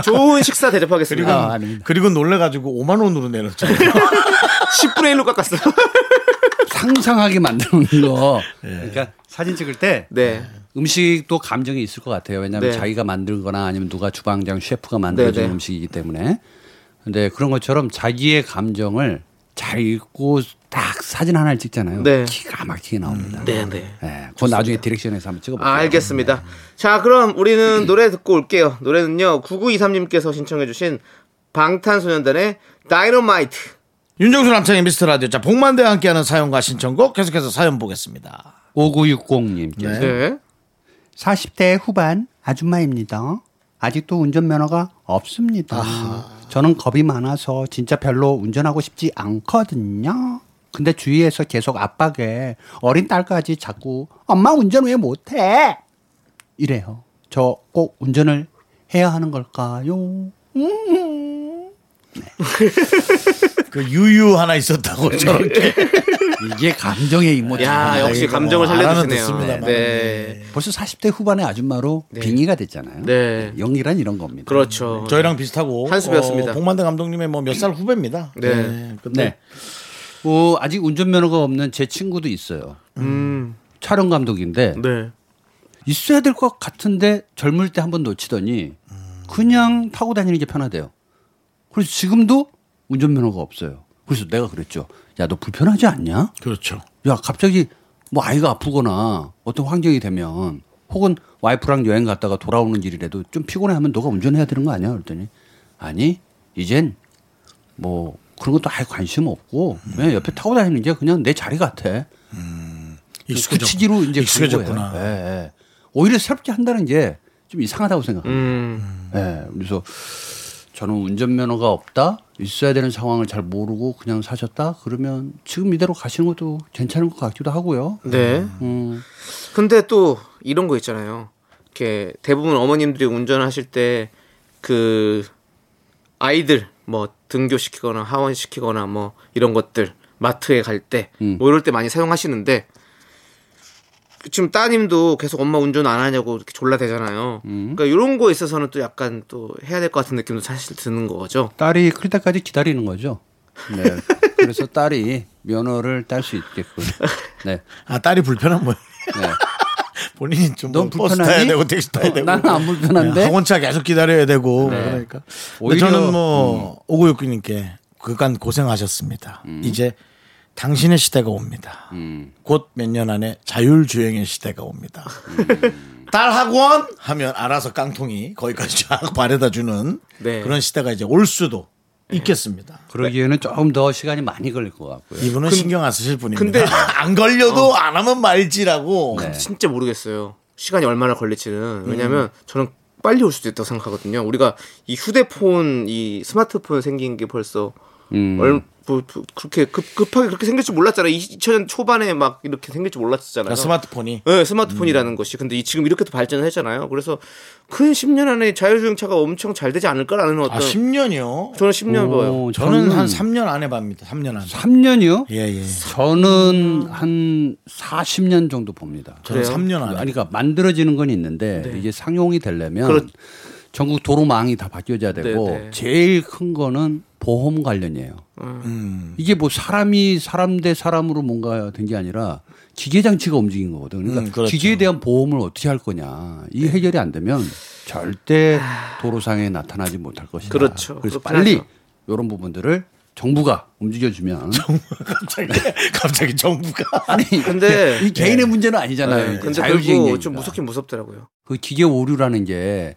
[SPEAKER 2] 좋은 식사 대접하겠습니다.
[SPEAKER 5] 네. 아, 아닙니다.
[SPEAKER 1] 그리고 놀래가지고 5만 원으로 내렸잖아요.
[SPEAKER 2] 10분의 1로 깎았어요.
[SPEAKER 5] 상상하게 만드는 거. 그러니까 사진 찍을 때
[SPEAKER 2] 네.
[SPEAKER 5] 음식도 감정이 있을 것 같아요. 왜냐하면
[SPEAKER 2] 네.
[SPEAKER 5] 자기가 만들거나 아니면 누가 주방장 셰프가 만들어준
[SPEAKER 2] 네, 네.
[SPEAKER 5] 음식이기 때문에. 근데 그런 것처럼 자기의 감정을 잘 읽고 딱 사진 하나를 찍잖아요.
[SPEAKER 2] 네.
[SPEAKER 5] 기가 막히게 나옵니다.
[SPEAKER 2] 네, 네.
[SPEAKER 5] 예, 그건 나중에 디렉션에서 한번 찍어볼게요.
[SPEAKER 2] 아, 알겠습니다. 자, 그럼 우리는 노래 듣고 올게요. 노래는요, 9923님께서 신청해주신 방탄소년단의 다이너마이트.
[SPEAKER 1] 윤정수 남창의 미스터 라디오. 자, 복만대와 함께하는 사연과 신청곡 계속해서 사연 보겠습니다.
[SPEAKER 5] 5960님께서
[SPEAKER 1] 네.
[SPEAKER 2] 네.
[SPEAKER 5] 40대 후반 아줌마입니다. 아직도 운전면허가 없습니다. 저는 겁이 많아서 진짜 별로 운전하고 싶지 않거든요. 근데 주위에서 계속 압박에 어린 딸까지 자꾸 엄마 운전 왜 못해? 이래요. 저 꼭 운전을 해야 하는 걸까요?
[SPEAKER 1] 그 유유 하나 있었다고
[SPEAKER 2] 네.
[SPEAKER 1] 저렇게.
[SPEAKER 5] 이게 감정의 이모지.
[SPEAKER 2] 야, 역시
[SPEAKER 1] 이거 뭐
[SPEAKER 2] 감정을
[SPEAKER 1] 알아는
[SPEAKER 2] 살려주시네요.
[SPEAKER 1] 듣습니다만.
[SPEAKER 2] 네.
[SPEAKER 5] 벌써 40대 후반의 아줌마로 빙의가 됐잖아요.
[SPEAKER 2] 네.
[SPEAKER 5] 영리란 이런 겁니다.
[SPEAKER 2] 그렇죠.
[SPEAKER 1] 저희랑 비슷하고
[SPEAKER 2] 한수배였습니다.
[SPEAKER 1] 어, 복만대 감독님의 뭐 몇 살 후배입니다.
[SPEAKER 2] 네.
[SPEAKER 1] 근데
[SPEAKER 5] 네. 어, 아직 운전면허가 없는 제 친구도 있어요. 촬영 감독인데
[SPEAKER 2] 네.
[SPEAKER 5] 있어야 될 것 같은데 젊을 때 한 번 놓치더니 그냥 타고 다니는 게 편하대요. 그래서 지금도 운전면허가 없어요. 그래서 내가 그랬죠. 야, 너 불편하지 않냐?
[SPEAKER 1] 그렇죠.
[SPEAKER 5] 야, 갑자기 뭐 아이가 아프거나 어떤 환경이 되면 혹은 와이프랑 여행 갔다가 돌아오는 길이라도 좀 피곤해하면 너가 운전해야 되는 거 아니야? 그랬더니 아니, 이젠 뭐 그런 것도 아예 관심 없고 그냥 옆에 타고 다니는 게 그냥 내 자리 같아.
[SPEAKER 1] 음, 익숙해졌-
[SPEAKER 5] 굳히기로 이제 그런
[SPEAKER 1] 익숙해졌구나.
[SPEAKER 5] 거예요. 예, 예. 오히려 새롭게 한다는 게 좀 이상하다고 생각합니다.
[SPEAKER 2] 음,
[SPEAKER 5] 예, 그래서 저는 운전면허가 없다, 있어야 되는 상황을 잘 모르고 그냥 사셨다, 그러면 지금 이대로 가시는 것도 괜찮은 것 같기도 하고요.
[SPEAKER 2] 네.
[SPEAKER 5] 음,
[SPEAKER 2] 근데 또 이런 거 있잖아요. 이렇게 대부분 어머님들이 운전하실 때 그 아이들 뭐 등교시키거나 하원시키거나 뭐 이런 것들 마트에 갈 때 뭐 이럴 때 많이 사용하시는데 지금 따님도 계속 엄마 운전 안 하냐고 이렇게 졸라대잖아요. 그러니까 이런 거에 있어서는 또 약간 또 해야 될 것 같은 느낌도 사실 드는 거죠.
[SPEAKER 5] 딸이 클 때까지 기다리는 거죠. 네. 그래서 딸이 면허를 딸 수 있게끔. 네.
[SPEAKER 1] 아 딸이 불편한 모양.
[SPEAKER 5] 네.
[SPEAKER 1] 본인이 좀뭐
[SPEAKER 5] 넌
[SPEAKER 1] 버스
[SPEAKER 5] 불편하니?
[SPEAKER 1] 타야 되고 택시 타야
[SPEAKER 5] 어,
[SPEAKER 1] 되고
[SPEAKER 5] 나는 안 불편한데? 네.
[SPEAKER 1] 네, 학원차 계속 기다려야 되고 그러니까 근데
[SPEAKER 5] 오히려- 음.
[SPEAKER 1] 저는 뭐 오구육구님께 그간 고생하셨습니다 이제 당신의 시대가 옵니다.
[SPEAKER 5] 음.
[SPEAKER 1] 곧 몇 년 안에 자율주행의 시대가 옵니다.
[SPEAKER 5] 음.
[SPEAKER 1] 딸 학원 하면 알아서 깡통이 거기까지 쫙 바래다 주는
[SPEAKER 2] 네.
[SPEAKER 1] 그런 시대가 이제 올 수도
[SPEAKER 5] 네.
[SPEAKER 1] 있겠습니다.
[SPEAKER 5] 그러기에는 조금 더 시간이 많이 걸릴 것 같고요.
[SPEAKER 1] 이분은 신경 안 쓰실 분입니다.
[SPEAKER 2] 근데-
[SPEAKER 1] 안
[SPEAKER 5] 어.
[SPEAKER 1] 걸려도 안 하면 말지라고.
[SPEAKER 5] 네.
[SPEAKER 2] 진짜 모르겠어요. 시간이 얼마나 걸릴지는. 왜냐면 저는 빨리 올 수도 있다고 생각하거든요. 우리가 이 휴대폰, 이 스마트폰 생긴 게 벌써 얼, 뭐, 뭐, 그렇게 급, 급하게 그렇게 생길 줄 몰랐잖아요. 2000년 초반에 막 이렇게 생길 줄 몰랐잖아요.
[SPEAKER 1] 그러니까 스마트폰이
[SPEAKER 2] 네, 스마트폰이라는 것이. 근데 이- 지금 이렇게 또 발전을 했잖아요. 그래서 큰 10년 안에 자율주행차가 엄청 잘 되지 않을까라는 어떤
[SPEAKER 1] 아 10년이요.
[SPEAKER 2] 저는 10년 봐요.
[SPEAKER 5] 오,
[SPEAKER 1] 저는 한 3년 안에 봅니다. 3년 안에.
[SPEAKER 5] 3년이요?
[SPEAKER 1] 예, 예.
[SPEAKER 5] 저는 한 40년 정도 봅니다.
[SPEAKER 1] 저는
[SPEAKER 2] 그래요?
[SPEAKER 1] 3년 안에.
[SPEAKER 5] 아니, 그러니까 만들어지는 건 있는데 이게 상용이 되려면
[SPEAKER 2] 그렇-
[SPEAKER 5] 전국 도로망이 다 바뀌어야 되고
[SPEAKER 2] 네, 네.
[SPEAKER 5] 제일 큰 거는 보험 관련이에요. 이게 뭐 사람이 사람 대 사람으로 뭔가 된 게 아니라 기계 장치가 움직인 거거든. 그러니까
[SPEAKER 1] 음, 그렇죠.
[SPEAKER 5] 기계에 대한 보험을 어떻게 할 거냐 이
[SPEAKER 2] 네.
[SPEAKER 5] 해결이 안 되면 절대 도로상에 나타나지 못할 것이다.
[SPEAKER 2] 아. 그렇죠.
[SPEAKER 5] 그래서
[SPEAKER 2] 그렇긴
[SPEAKER 5] 빨리
[SPEAKER 2] 하죠.
[SPEAKER 5] 이런 부분들을 정부가 움직여주면
[SPEAKER 1] 갑자기 갑자기 정부가
[SPEAKER 5] 아니
[SPEAKER 2] 근데- 네.
[SPEAKER 5] 이 개인의 문제는 아니잖아요. 이게
[SPEAKER 2] 근데
[SPEAKER 5] 네, 자율주행이니까.
[SPEAKER 2] 결국 좀 무섭긴 무섭더라고요.
[SPEAKER 5] 그 기계 오류라는 게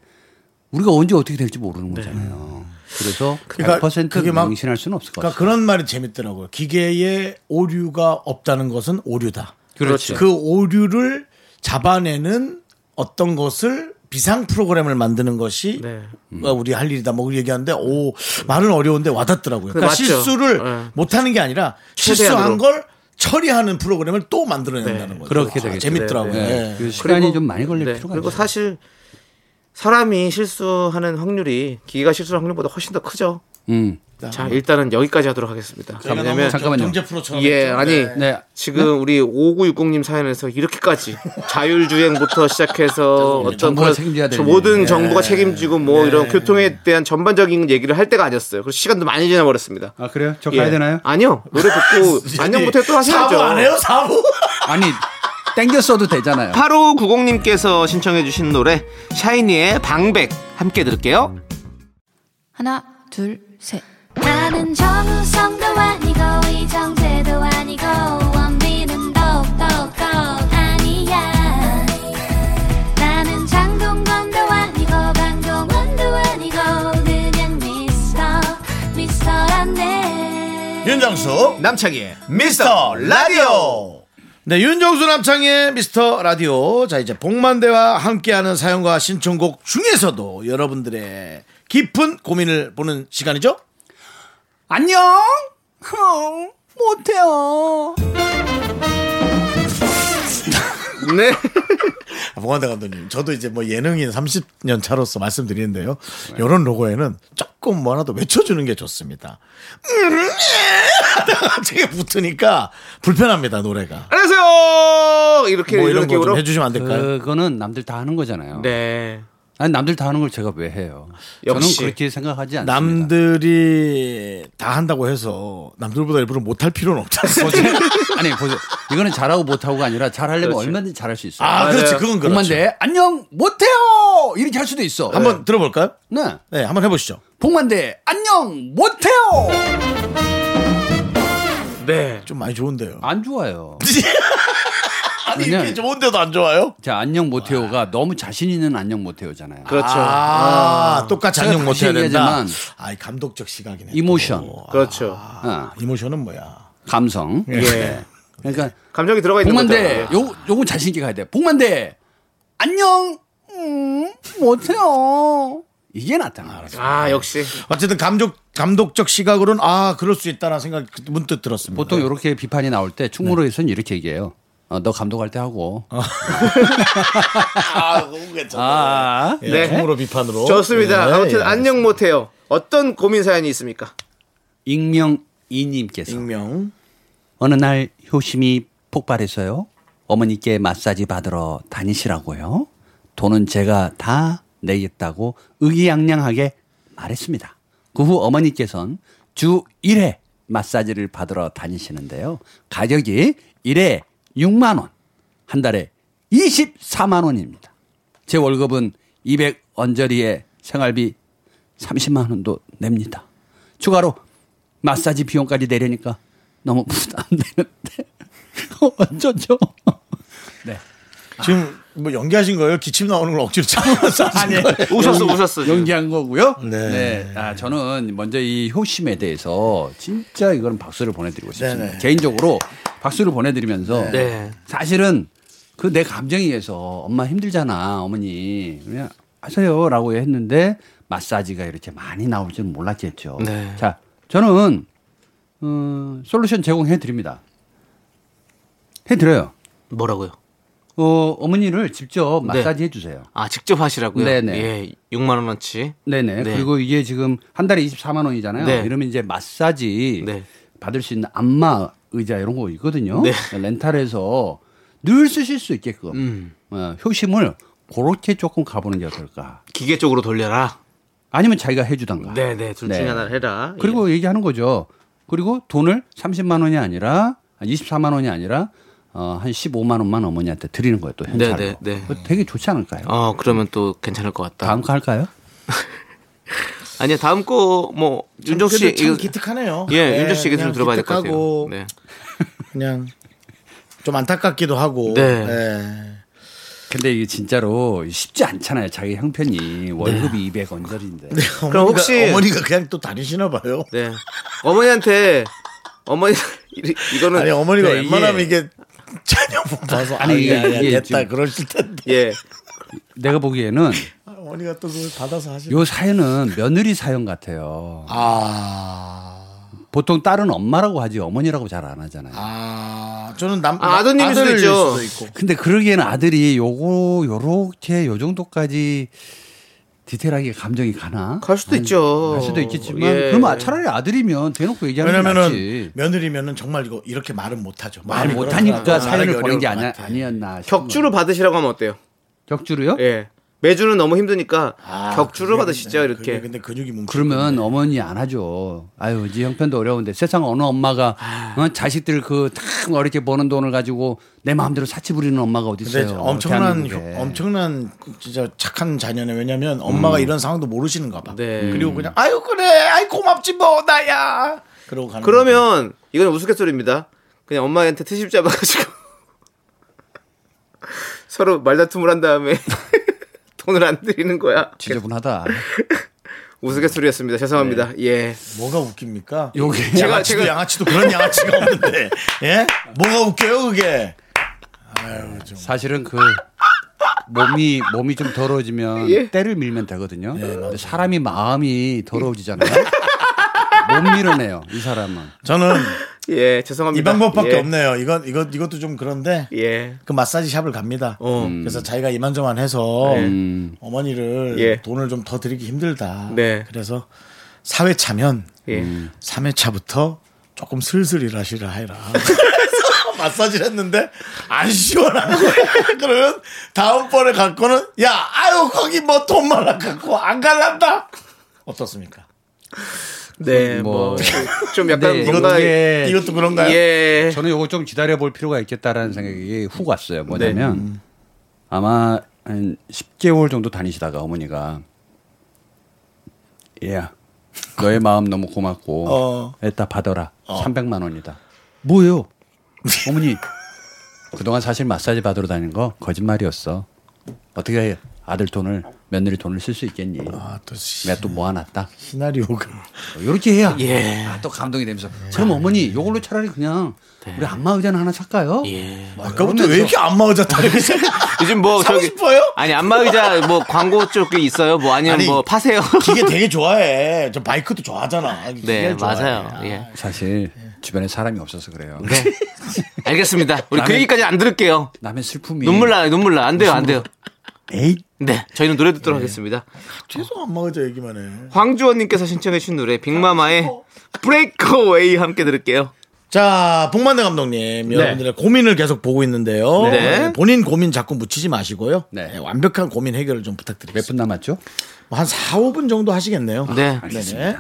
[SPEAKER 5] 우리가 언제 어떻게 될지 모르는
[SPEAKER 2] 네.
[SPEAKER 5] 거잖아요. 그래서
[SPEAKER 1] 그러니까
[SPEAKER 5] 100%
[SPEAKER 1] 그게 막-
[SPEAKER 5] 망신할 수는 없을 것
[SPEAKER 1] 그러니까
[SPEAKER 5] 같아요.
[SPEAKER 1] 그런 말이 재밌더라고요. 기계에 오류가 없다는 것은 오류다.
[SPEAKER 5] 그렇죠.
[SPEAKER 1] 그 오류를 잡아내는 어떤 것을 비상 프로그램을 만드는 것이
[SPEAKER 2] 네.
[SPEAKER 1] 어, 우리 할 일이다 뭐 얘기하는데 오 말은 어려운데 와닿더라고요. 그러니까
[SPEAKER 2] 맞죠.
[SPEAKER 1] 실수를
[SPEAKER 2] 네.
[SPEAKER 1] 못하는 게 아니라
[SPEAKER 2] 최대한으로.
[SPEAKER 1] 실수한 걸 처리하는 프로그램을 또 만들어낸다는 거죠.
[SPEAKER 5] 네. 그렇게
[SPEAKER 1] 아,
[SPEAKER 5] 되겠죠.
[SPEAKER 1] 재밌더라고요.
[SPEAKER 5] 네.
[SPEAKER 1] 예.
[SPEAKER 5] 그 시간이
[SPEAKER 2] 그리고-
[SPEAKER 5] 좀 많이 걸릴
[SPEAKER 2] 네,
[SPEAKER 5] 필요가
[SPEAKER 2] 그리고
[SPEAKER 5] 있어요.
[SPEAKER 2] 사실 사람이 실수하는 확률이 기계가 실수하는 확률보다 훨씬 더 크죠.
[SPEAKER 5] 음.
[SPEAKER 2] 자, 일단은 여기까지 하도록 하겠습니다.
[SPEAKER 1] 저희가
[SPEAKER 2] 왜냐면
[SPEAKER 1] 너무
[SPEAKER 5] 네. 잠깐만요.
[SPEAKER 1] 경제 네. 프로처럼
[SPEAKER 2] 예,
[SPEAKER 1] 했죠.
[SPEAKER 2] 아니
[SPEAKER 5] 네.
[SPEAKER 2] 지금 우리 5960님 사연에서 이렇게까지 자율주행부터 시작해서 어떤
[SPEAKER 5] 정부가
[SPEAKER 2] 그런
[SPEAKER 5] 책임져야 네.
[SPEAKER 2] 저
[SPEAKER 5] 될
[SPEAKER 2] 모든 정부가 책임지고 뭐 이런 교통에 대한 전반적인 얘기를 할 때가 아니었어요. 그래서 시간도 많이 지나버렸습니다.
[SPEAKER 5] 아 그래요? 저 가야
[SPEAKER 2] 예.
[SPEAKER 5] 되나요?
[SPEAKER 2] 아니요. 노래 듣고 안녕부터 또 하셔야죠.
[SPEAKER 1] 사부 안 해요
[SPEAKER 5] 그렇죠.
[SPEAKER 1] 사부.
[SPEAKER 5] 아니 땡겼어도 되잖아요.
[SPEAKER 2] 8590님께서 신청해주신 노래 샤이니의 방백 함께 들을게요.
[SPEAKER 6] 하나, 둘, 셋.
[SPEAKER 3] 나는 정우성도 아니고 이정재도 아니고 원빈은 더욱더 아니야 나는 장동건도 아니고 강동원도 아니고 그냥 미스터 미스터란데
[SPEAKER 1] 윤정수 남창희의 미스터 라디오 네 윤정수 남창희의 미스터 라디오 자 이제 복만대와 함께하는 사연과 신청곡 중에서도 여러분들의 깊은 고민을 보는 시간이죠
[SPEAKER 5] 안녕. 흥, 못해요.
[SPEAKER 2] 네.
[SPEAKER 1] 아, 복만대 감독님 저도 이제 뭐 예능인 30년 차로서 말씀드리는데요 이런 로고에는 조금 뭐라도 외쳐주는 게 좋습니다 하다가 갑자기 붙으니까 불편합니다 노래가
[SPEAKER 2] 안녕하세요. 이렇게
[SPEAKER 1] 뭐
[SPEAKER 2] 이런
[SPEAKER 1] 이런 거
[SPEAKER 2] 느낌으로.
[SPEAKER 1] 좀 해주시면 안 될까요?
[SPEAKER 5] 그거는 남들 다 하는 거잖아요.
[SPEAKER 2] 네.
[SPEAKER 5] 아니 남들 다 하는 걸 제가 왜 해요?
[SPEAKER 2] 역시.
[SPEAKER 5] 저는 그렇게 생각하지 않습니다.
[SPEAKER 1] 남들이 다 한다고 해서 남들보다 일부러 못할 필요는 없잖아요.
[SPEAKER 5] 보세요. 뭐 아니 보세요. 이거는 잘하고 못하고가 아니라 잘하려면
[SPEAKER 2] 그렇죠.
[SPEAKER 5] 얼마든지 잘할 수 있어요.
[SPEAKER 1] 아, 그렇지. 그건 그렇죠.
[SPEAKER 5] 복만대 안녕 못해요 이렇게 할 수도 있어.
[SPEAKER 1] 한번 들어볼까요?
[SPEAKER 5] 네.
[SPEAKER 1] 네, 한번 해보시죠.
[SPEAKER 5] 복만대 안녕 못해요.
[SPEAKER 2] 네.
[SPEAKER 1] 좀 많이 좋은데요.
[SPEAKER 5] 안 좋아요.
[SPEAKER 1] 아니
[SPEAKER 5] 왜냐면-
[SPEAKER 1] 이렇게 좋은데도 안 좋아요?
[SPEAKER 5] 자 안녕 못해요가 너무 자신 있는 안녕 못해요잖아요.
[SPEAKER 2] 그렇죠.
[SPEAKER 1] 아, 똑같이
[SPEAKER 5] 제가
[SPEAKER 1] 안녕
[SPEAKER 5] 다시
[SPEAKER 1] 못해야 된다.
[SPEAKER 5] 얘기하지만
[SPEAKER 1] 아, 이 감독적 시각이네.
[SPEAKER 5] 이모션.
[SPEAKER 1] 또. 아,
[SPEAKER 2] 그렇죠.
[SPEAKER 5] 어,
[SPEAKER 1] 이모션은 뭐야?
[SPEAKER 5] 감성.
[SPEAKER 2] 예.
[SPEAKER 5] 그러니까
[SPEAKER 2] 감정이 들어가 있는
[SPEAKER 5] 복만대
[SPEAKER 2] 거죠.
[SPEAKER 5] 요 요건 자신 있게 가야 돼. 복만대 안녕 음, 못해요. 이게 낫다.
[SPEAKER 2] 아, 역시.
[SPEAKER 1] 어쨌든 감독 감독적 시각으로는 아 그럴 수 있다라는 생각 문득 들었습니다.
[SPEAKER 5] 보통 이렇게 비판이 나올 때 충무로에서는
[SPEAKER 1] 네.
[SPEAKER 5] 이렇게 얘기해요. 어, 너 감독할 때 하고.
[SPEAKER 1] 어. 아, 너무 괜찮아.
[SPEAKER 5] 아.
[SPEAKER 1] 예,
[SPEAKER 2] 네.
[SPEAKER 1] 통으로 비판으로
[SPEAKER 2] 좋습니다.
[SPEAKER 1] 예,
[SPEAKER 2] 아무튼
[SPEAKER 1] 예,
[SPEAKER 2] 안녕 못해요. 어떤 고민 사연이 있습니까?
[SPEAKER 5] 익명 이님께서
[SPEAKER 1] 익명.
[SPEAKER 5] 어느 날 효심이 폭발해서요. 어머니께 마사지 받으러 다니시라고요. 돈은 제가 다 내겠다고 의기양양하게 말했습니다. 그 후 어머니께선 주 1회 마사지를 받으러 다니시는데요. 가격이 1회 6만 원, 한 달에 24만 원입니다. 제 월급은 200 언저리에 생활비 30만 원도 냅니다. 추가로 마사지 비용까지 내려니까 너무 부담되는데 어쩌죠? 네.
[SPEAKER 1] 지금 뭐 연기하신 거예요? 기침 나오는 걸 억지로 참아서 하신 거예요?
[SPEAKER 2] 웃었어, 웃었어. 지금.
[SPEAKER 5] 네. 연기한 거고요.
[SPEAKER 1] 네.
[SPEAKER 5] 네. 아, 저는 먼저 이 효심에 대해서 진짜 이거는 박수를 보내드리고 싶습니다.
[SPEAKER 1] 네네.
[SPEAKER 5] 개인적으로 박수를 보내드리면서
[SPEAKER 2] 네.
[SPEAKER 5] 사실은 그 내 감정에 의해서 엄마 힘들잖아, 어머니. 그냥 하세요. 라고 했는데 마사지가 이렇게 많이 나올 줄은 몰랐겠죠.
[SPEAKER 2] 네.
[SPEAKER 5] 자, 저는, 음, 솔루션 제공해 드립니다. 해 드려요.
[SPEAKER 2] 뭐라고요?
[SPEAKER 5] 어, 어머니를 직접 마사지 해 주세요.
[SPEAKER 2] 아, 직접 하시라고요?
[SPEAKER 5] 네네.
[SPEAKER 2] 예, 6만원어치. 네.
[SPEAKER 5] 네네. 그리고 이게 지금 한 달에 24만 원이잖아요.
[SPEAKER 2] 네.
[SPEAKER 5] 이러면 이제 마사지
[SPEAKER 2] 네.
[SPEAKER 5] 받을 수 있는 안마 의자 이런 거 있거든요.
[SPEAKER 2] 네.
[SPEAKER 5] 렌탈해서 늘 쓰실 수 있게끔
[SPEAKER 2] 음.
[SPEAKER 5] 어, 효심을 그렇게 조금 가보는 게 어떨까.
[SPEAKER 2] 기계 쪽으로 돌려라.
[SPEAKER 5] 아니면 자기가 해주던가.
[SPEAKER 2] 네네, 둘 중에
[SPEAKER 5] 네.
[SPEAKER 2] 하나를 해라. 예.
[SPEAKER 5] 그리고 얘기하는 거죠. 그리고 돈을 30만 원이 아니라 24만 원이 아니라 어, 한 15만 원만 어머니한테 드리는 거예요. 또 현찰로.
[SPEAKER 2] 네, 네, 네.
[SPEAKER 5] 그거 되게 좋지 않을까요?
[SPEAKER 2] 어, 그러면 또 괜찮을 것 같다.
[SPEAKER 5] 다음 거 할까요?
[SPEAKER 2] 아니요, 다음 거, 뭐, 윤정 씨.
[SPEAKER 1] 그래도 참
[SPEAKER 2] 이거-
[SPEAKER 1] 기특하네요.
[SPEAKER 2] 예,
[SPEAKER 1] 네,
[SPEAKER 2] 윤정 씨 얘기 좀
[SPEAKER 1] 그냥
[SPEAKER 2] 들어봐야 될 것 같아요.
[SPEAKER 1] 기특하고
[SPEAKER 2] 네.
[SPEAKER 1] 그냥 좀 안타깝기도 하고.
[SPEAKER 2] 네.
[SPEAKER 1] 네.
[SPEAKER 5] 근데 이게 진짜로 쉽지 않잖아요. 자기 형편이 월급이 200 언저리인데.
[SPEAKER 2] 그럼 혹시-
[SPEAKER 1] 어머니가 그냥 또 다니시나 봐요.
[SPEAKER 2] 네. 어머니한테, 어머니, 이- 이거는.
[SPEAKER 1] 아니 어머니가
[SPEAKER 2] 그
[SPEAKER 5] 네,
[SPEAKER 1] 웬만하면
[SPEAKER 5] 예.
[SPEAKER 1] 이게 자녀 못 봐서
[SPEAKER 5] 아니,
[SPEAKER 1] 아니 아, 야,
[SPEAKER 5] 이게-
[SPEAKER 1] 야,
[SPEAKER 5] 이게
[SPEAKER 1] 됐다
[SPEAKER 5] 지금-
[SPEAKER 1] 그러실 텐데
[SPEAKER 2] 예.
[SPEAKER 5] 내가 보기에는
[SPEAKER 1] 아, 어머니가 또 그걸 받아서 하시는.
[SPEAKER 5] 요 사연은 며느리 사연 같아요.
[SPEAKER 1] 아.
[SPEAKER 5] 보통 딸은 엄마라고 하지 어머니라고 잘 안 하잖아요.
[SPEAKER 1] 아, 저는 남
[SPEAKER 2] 아, 아드님일 수도
[SPEAKER 1] 아들일
[SPEAKER 2] 있죠.
[SPEAKER 1] 수도 있고.
[SPEAKER 5] 근데 그러기에는 아들이 요거 요렇게 요 정도까지 디테일하게 감정이 가나? 음,
[SPEAKER 2] 갈 수도 있죠.
[SPEAKER 5] 갈 수도 있겠지만
[SPEAKER 2] 예.
[SPEAKER 5] 그러면 차라리 아들이면 대놓고 얘기하는 게
[SPEAKER 1] 왜냐면은
[SPEAKER 5] 낫지.
[SPEAKER 1] 며느리면은 정말 이거 이렇게 말은 못 하죠.
[SPEAKER 5] 말을 못 하니까 사연을 보낸 게 아니, 아니었나. 싶은
[SPEAKER 2] 격주로
[SPEAKER 5] 거예요.
[SPEAKER 2] 받으시라고 하면 어때요?
[SPEAKER 5] 격주로요?
[SPEAKER 2] 예. 매주는 너무 힘드니까
[SPEAKER 1] 아,
[SPEAKER 2] 격주로 받으시죠, 이렇게.
[SPEAKER 1] 근데 근육이 뭉치.
[SPEAKER 5] 그러면 어머니 안 하죠. 아유, 이제 형편도 어려운데 세상 어느 엄마가 어, 자식들 그탁 어렵게 버는 돈을 가지고 내 마음대로 사치 부리는 엄마가 어디
[SPEAKER 1] 근데
[SPEAKER 5] 있어요?
[SPEAKER 1] 엄청난
[SPEAKER 5] 대한민국에.
[SPEAKER 1] 효- 엄청난 진짜 착한 자녀네 왜냐면 엄마가
[SPEAKER 5] 음.
[SPEAKER 1] 이런 상황도 모르시는가 봐.
[SPEAKER 2] 네.
[SPEAKER 1] 그리고 그냥 아유 그래 아이 고맙지 뭐 나야. 그러고 가는. 거죠.
[SPEAKER 2] 그러면 이건 우스갯소리입니다. 그냥 엄마한테 트집 잡아가지고 서로 말다툼을 한 다음에 돈을 안 드리는 거야.
[SPEAKER 5] 지저분하다.
[SPEAKER 2] 우스갯소리였습니다. 죄송합니다.
[SPEAKER 1] 네.
[SPEAKER 2] 예.
[SPEAKER 1] 뭐가 웃깁니까?
[SPEAKER 5] 요게
[SPEAKER 2] 제가-
[SPEAKER 1] 양아치도
[SPEAKER 2] 제가-
[SPEAKER 1] 양아치도 그런 양아치가 없는데 예? 뭐가 웃겨요 그게?
[SPEAKER 5] 사실은 그 몸이 몸이 좀 더러워지면 때를 밀면 되거든요.
[SPEAKER 1] 네,
[SPEAKER 5] 근데 사람이 마음이 더러워지잖아요. 못 밀어내요, 이 사람은.
[SPEAKER 1] 저는
[SPEAKER 2] 예. 죄송합니다.
[SPEAKER 1] 이 방법밖에
[SPEAKER 2] 예.
[SPEAKER 1] 없네요. 이건 이거 이것도 좀 그런데
[SPEAKER 2] 예.
[SPEAKER 1] 그 마사지 샵을 갑니다.
[SPEAKER 2] 어. 네.
[SPEAKER 1] 그래서 자기가 이만저만 해서 어머니를
[SPEAKER 2] 예.
[SPEAKER 1] 돈을 좀 더 드리기 힘들다.
[SPEAKER 2] 네.
[SPEAKER 1] 그래서 사회 차면
[SPEAKER 2] 예.
[SPEAKER 1] 음. 3회차부터 조금 슬슬 일하시라 해라. 그래서 마사지를 했는데 안 시원한 거야. 그러면 다음번에 갖고는 야 아유 거기 뭐 돈만 안 갖고 안 갈란다. 어떻습니까?
[SPEAKER 2] 네. 뭐.
[SPEAKER 5] 뭐.
[SPEAKER 2] 좀 약간 예.
[SPEAKER 5] 네,
[SPEAKER 2] 뭔가. 예.
[SPEAKER 1] 음,
[SPEAKER 5] 이게
[SPEAKER 1] 어, 이것도 그런가요? 네.
[SPEAKER 5] 저는 요거 좀 기다려 볼 필요가 있겠다라는 생각이 훅 왔어요.
[SPEAKER 1] 네.
[SPEAKER 5] 뭐냐면
[SPEAKER 1] 음.
[SPEAKER 5] 아마 한 10개월 정도 다니시다가 어머니가 얘야 너의 마음 너무 고맙고
[SPEAKER 1] 어.
[SPEAKER 5] 일단 받아라. 300만 원이다. 뭐예요? 어머니 그동안 사실 마사지 받으러 다닌 거 거짓말이었어. 어떻게 아들 돈을 며느리 돈을 쓸 수 있겠니?
[SPEAKER 1] 아또
[SPEAKER 5] 내가 또 모아놨다.
[SPEAKER 1] 시나리오가
[SPEAKER 5] 이렇게 해야
[SPEAKER 2] 예.
[SPEAKER 5] 아, 또 감동이 되면서 그럼 어머니 요걸로 차라리 그냥 우리 안마 의자는 하나 살까요?
[SPEAKER 2] 네. 예.
[SPEAKER 5] 막
[SPEAKER 1] 아까부터 왜
[SPEAKER 5] 이러면서
[SPEAKER 1] 이렇게 안마 의자 타고 있어?
[SPEAKER 2] 요즘 뭐
[SPEAKER 1] 사고
[SPEAKER 2] 저기
[SPEAKER 1] 싶어요?
[SPEAKER 2] 아니 안마의자 뭐 광고 쪽에 있어요. 뭐 아니면
[SPEAKER 1] 아니,
[SPEAKER 2] 뭐 파세요.
[SPEAKER 1] 기계 되게 좋아해. 저 바이크도 좋아하잖아.
[SPEAKER 2] 네
[SPEAKER 1] 기계를 좋아해.
[SPEAKER 2] 맞아요. 예.
[SPEAKER 5] 사실 주변에 사람이 없어서 그래요.
[SPEAKER 2] 네. 알겠습니다. 우리 그
[SPEAKER 5] 나는-
[SPEAKER 2] 얘기까지 안 들을게요.
[SPEAKER 5] 남의 슬픔이
[SPEAKER 2] 눈물 나요. 눈물 나. 안 돼요. 안 돼요.
[SPEAKER 5] 에이
[SPEAKER 2] 네, 저희는 노래 듣도록 하겠습니다.
[SPEAKER 1] 계속 안마 의자 얘기만 해.
[SPEAKER 2] 황주원님께서 신청해주신 노래 빅마마의 브레이크웨이 함께 들을게요.
[SPEAKER 1] 자, 복만대 감독님, 여러분들의 고민을 계속 보고 있는데요.
[SPEAKER 2] 네.
[SPEAKER 1] 본인 고민 자꾸 묻히지 마시고요.
[SPEAKER 5] 네.
[SPEAKER 1] 네, 완벽한 고민 해결을 좀
[SPEAKER 5] 몇
[SPEAKER 1] 부탁드리겠습니다. 뭐
[SPEAKER 5] 분 남았죠?
[SPEAKER 1] 한 4, 5분 정도 하시겠네요.
[SPEAKER 2] 네.
[SPEAKER 1] 네네.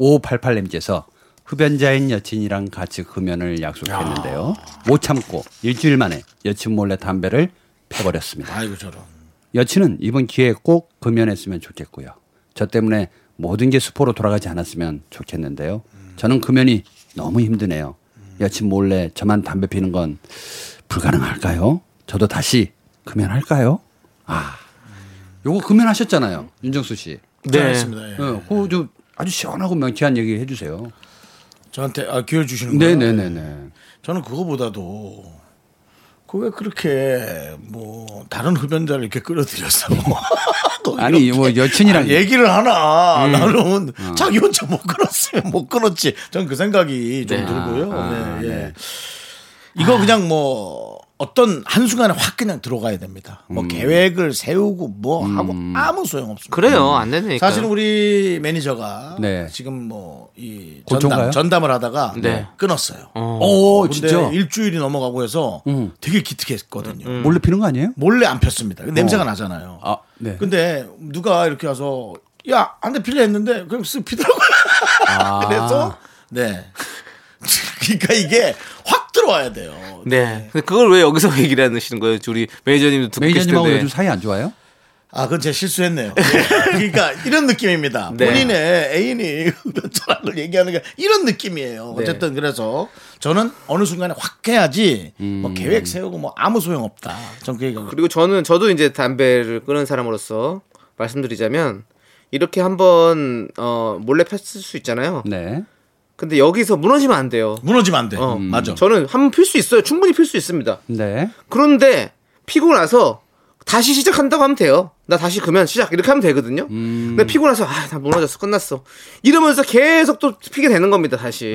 [SPEAKER 5] 5588님께서 흡연자인 여친이랑 같이 금연을 약속했는데요. 못 참고 일주일 만에 여친 몰래 담배를 패버렸습니다.
[SPEAKER 1] 아이고, 저런.
[SPEAKER 5] 여친은 이번 기회에 꼭 금연했으면 좋겠고요. 저 때문에 모든 게 수포로 돌아가지 않았으면 좋겠는데요. 저는 금연이 너무 힘드네요. 여친 몰래 저만 담배 피는 건 불가능할까요? 저도 다시 금연할까요? 아, 요거 금연하셨잖아요, 윤정수 씨.
[SPEAKER 1] 잘했습니다. 예.
[SPEAKER 5] 네. 그거 좀 아주 시원하고 명쾌한 얘기 해주세요.
[SPEAKER 1] 저한테 아, 기회를 주시는 거예요.
[SPEAKER 5] 네네네네.
[SPEAKER 1] 저는 그거보다도 그 왜 그렇게 뭐 다른 흡연자를 이렇게 끌어들여서 또
[SPEAKER 5] 아니,
[SPEAKER 1] 어, 이렇게
[SPEAKER 5] 뭐 여친이랑
[SPEAKER 1] 얘기를 하나 나는 자기 혼자 못 끊었으면 못 끊었지. 전 그 생각이 좀
[SPEAKER 2] 네.
[SPEAKER 1] 들고요.
[SPEAKER 5] 아,
[SPEAKER 1] 네, 아. 예. 이거 그냥 뭐 어떤 한 순간에 확 그냥 들어가야 됩니다. 뭐 계획을 세우고 뭐 하고 아무 소용 없습니다.
[SPEAKER 2] 그래요. 안 되니까.
[SPEAKER 1] 사실 우리 매니저가
[SPEAKER 5] 네.
[SPEAKER 1] 지금 뭐 이 전담
[SPEAKER 5] 고초인가요?
[SPEAKER 1] 전담을 하다가
[SPEAKER 2] 네.
[SPEAKER 1] 끊었어요.
[SPEAKER 5] 오,
[SPEAKER 1] 근데
[SPEAKER 5] 진짜?
[SPEAKER 1] 일주일이 넘어가고 해서
[SPEAKER 5] 음.
[SPEAKER 1] 되게 기특했거든요. 음. 어.
[SPEAKER 5] 몰래 피는 거 아니에요?
[SPEAKER 1] 몰래 안 폈습니다. 냄새가 나잖아요.
[SPEAKER 5] 아, 네.
[SPEAKER 1] 근데 누가 이렇게 와서 야, 안 돼 필래 했는데 그냥 쓱 피더라고요.
[SPEAKER 5] 아.
[SPEAKER 1] 그래서 네. 그러니까 이게 확 들어와야 돼요.
[SPEAKER 2] 네. 근데 그걸 왜 여기서 얘기를 하시는 거예요? 우리 매니저님도 듣고
[SPEAKER 5] 매니저님하고
[SPEAKER 2] 계실
[SPEAKER 5] 요즘
[SPEAKER 2] 텐데.
[SPEAKER 5] 사이 안 좋아요?
[SPEAKER 1] 아, 그건 제가 실수했네요. 예. 그러니까 이런 느낌입니다.
[SPEAKER 2] 네.
[SPEAKER 1] 본인의 애인이 흡연자라는 얘기하는 게 이런 느낌이에요. 어쨌든 그래서 저는 어느 순간에 확 해야지 뭐 계획 세우고 뭐 아무 소용 없다. 전 그 얘기가
[SPEAKER 2] 그리고 저는 저도 이제 담배를 끊은 사람으로서 말씀드리자면 이렇게 한번 어, 몰래 폈을 수 있잖아요.
[SPEAKER 5] 네.
[SPEAKER 2] 근데 여기서 무너지면 안 돼요.
[SPEAKER 1] 무너지면 안 돼.
[SPEAKER 2] 어,
[SPEAKER 1] 음. 맞아.
[SPEAKER 2] 저는 한번 필 수 있어요. 충분히 필 수 있습니다.
[SPEAKER 5] 네.
[SPEAKER 2] 그런데 피고 나서 다시 시작한다고 하면 돼요. 나 다시 그면 시작 이렇게 하면 되거든요. 근데 피고 나서 아, 나 무너졌어. 끝났어. 이러면서 계속 또 피게 되는 겁니다, 다시.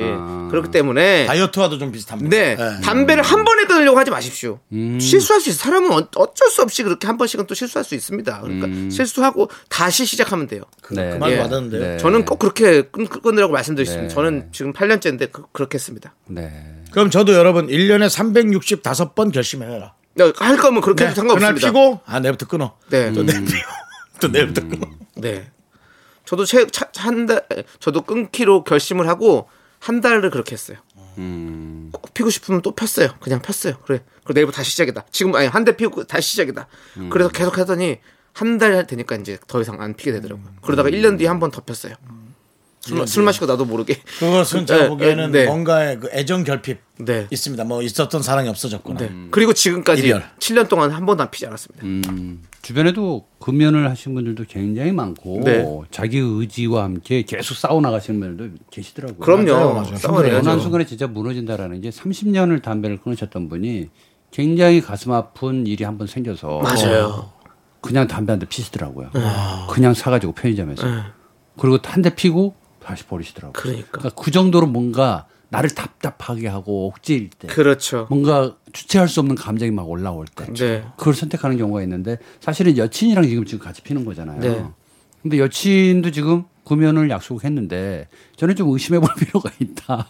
[SPEAKER 2] 그렇기 때문에
[SPEAKER 1] 다이어트와도 좀 비슷합니다.
[SPEAKER 2] 네,
[SPEAKER 1] 예.
[SPEAKER 2] 담배를 한 번에 끊으려고 하지 마십시오. 실수할 수 있어요. 사람은 어- 어쩔 수 없이 그렇게 한 번씩은 또 실수할 수 있습니다. 그러니까 실수하고 다시 시작하면 돼요.
[SPEAKER 5] 네.
[SPEAKER 1] 그말
[SPEAKER 2] 예.
[SPEAKER 1] 맞았는데요.
[SPEAKER 5] 네.
[SPEAKER 2] 저는 꼭 그렇게 끊, 끊으라고 말씀드리겠습니다. 저는 지금 8년째인데 그, 렇게 했습니다.
[SPEAKER 5] 네.
[SPEAKER 1] 그럼 저도 여러분 1년에 365번 결심해라.
[SPEAKER 2] 야, 할 거면 그렇게 해도
[SPEAKER 1] 네, 그날
[SPEAKER 2] 상관없습니다.
[SPEAKER 1] 피고 아 내일부터 끊어.
[SPEAKER 2] 네.
[SPEAKER 1] 또 내일 피고 또 내일부터 끊어.
[SPEAKER 2] 네. 저도 최, 차, 한 달, 저도 끊기로 결심을 하고 한 달을 그렇게 했어요.
[SPEAKER 5] 음.
[SPEAKER 2] 꼭 피고 싶으면 또 폈어요. 그냥 폈어요. 그래. 그리고 내일부터 다시 시작이다. 지금 아니 한 대 피고 다시 시작이다.
[SPEAKER 5] 음.
[SPEAKER 2] 그래서 계속 하더니 한 달 되니까 이제 더 이상 안 피게 되더라고요. 그러다가 일 년 뒤에 한 번 더 폈어요. 술, 술 마시고 나도 모르게.
[SPEAKER 1] 그것은
[SPEAKER 2] 네,
[SPEAKER 1] 제가 보기에는
[SPEAKER 2] 네.
[SPEAKER 1] 뭔가의 그 애정 결핍
[SPEAKER 2] 네.
[SPEAKER 1] 있습니다. 뭐 있었던 사랑이 없어졌구나.
[SPEAKER 2] 네. 그리고 지금까지
[SPEAKER 1] 일열.
[SPEAKER 2] 칠 년 동안 한 번도 안 피지 않았습니다.
[SPEAKER 5] 주변에도 금연을 하신 분들도 굉장히 많고
[SPEAKER 2] 네.
[SPEAKER 5] 자기 의지와 함께 계속 싸워 나가시는 분들도 계시더라고요.
[SPEAKER 2] 그럼요.
[SPEAKER 1] 맞아요.
[SPEAKER 2] 싸워야죠.
[SPEAKER 5] 어느 한 순간에 진짜 무너진다라는 게 30년을 담배를 끊으셨던 분이 굉장히 가슴 아픈 일이 한 번 생겨서
[SPEAKER 2] 맞아요. 네.
[SPEAKER 5] 그냥 담배 한 대 피시더라고요. 그냥 사가지고 편의점에서. 그리고 한 대 피고 다시 버리시더라고요.
[SPEAKER 2] 그러니까.
[SPEAKER 5] 그러니까 그 정도로 뭔가 나를 답답하게 하고 억지일 때
[SPEAKER 2] 그렇죠.
[SPEAKER 5] 뭔가 주체할 수 없는 감정이 막 올라올 때
[SPEAKER 2] 네.
[SPEAKER 5] 그걸 선택하는 경우가 있는데 사실은 여친이랑 지금 지금 같이 피는 거잖아요.
[SPEAKER 2] 네.
[SPEAKER 5] 근데 여친도 지금 금연을 약속했는데 저는 좀 의심해 볼 필요가 있다.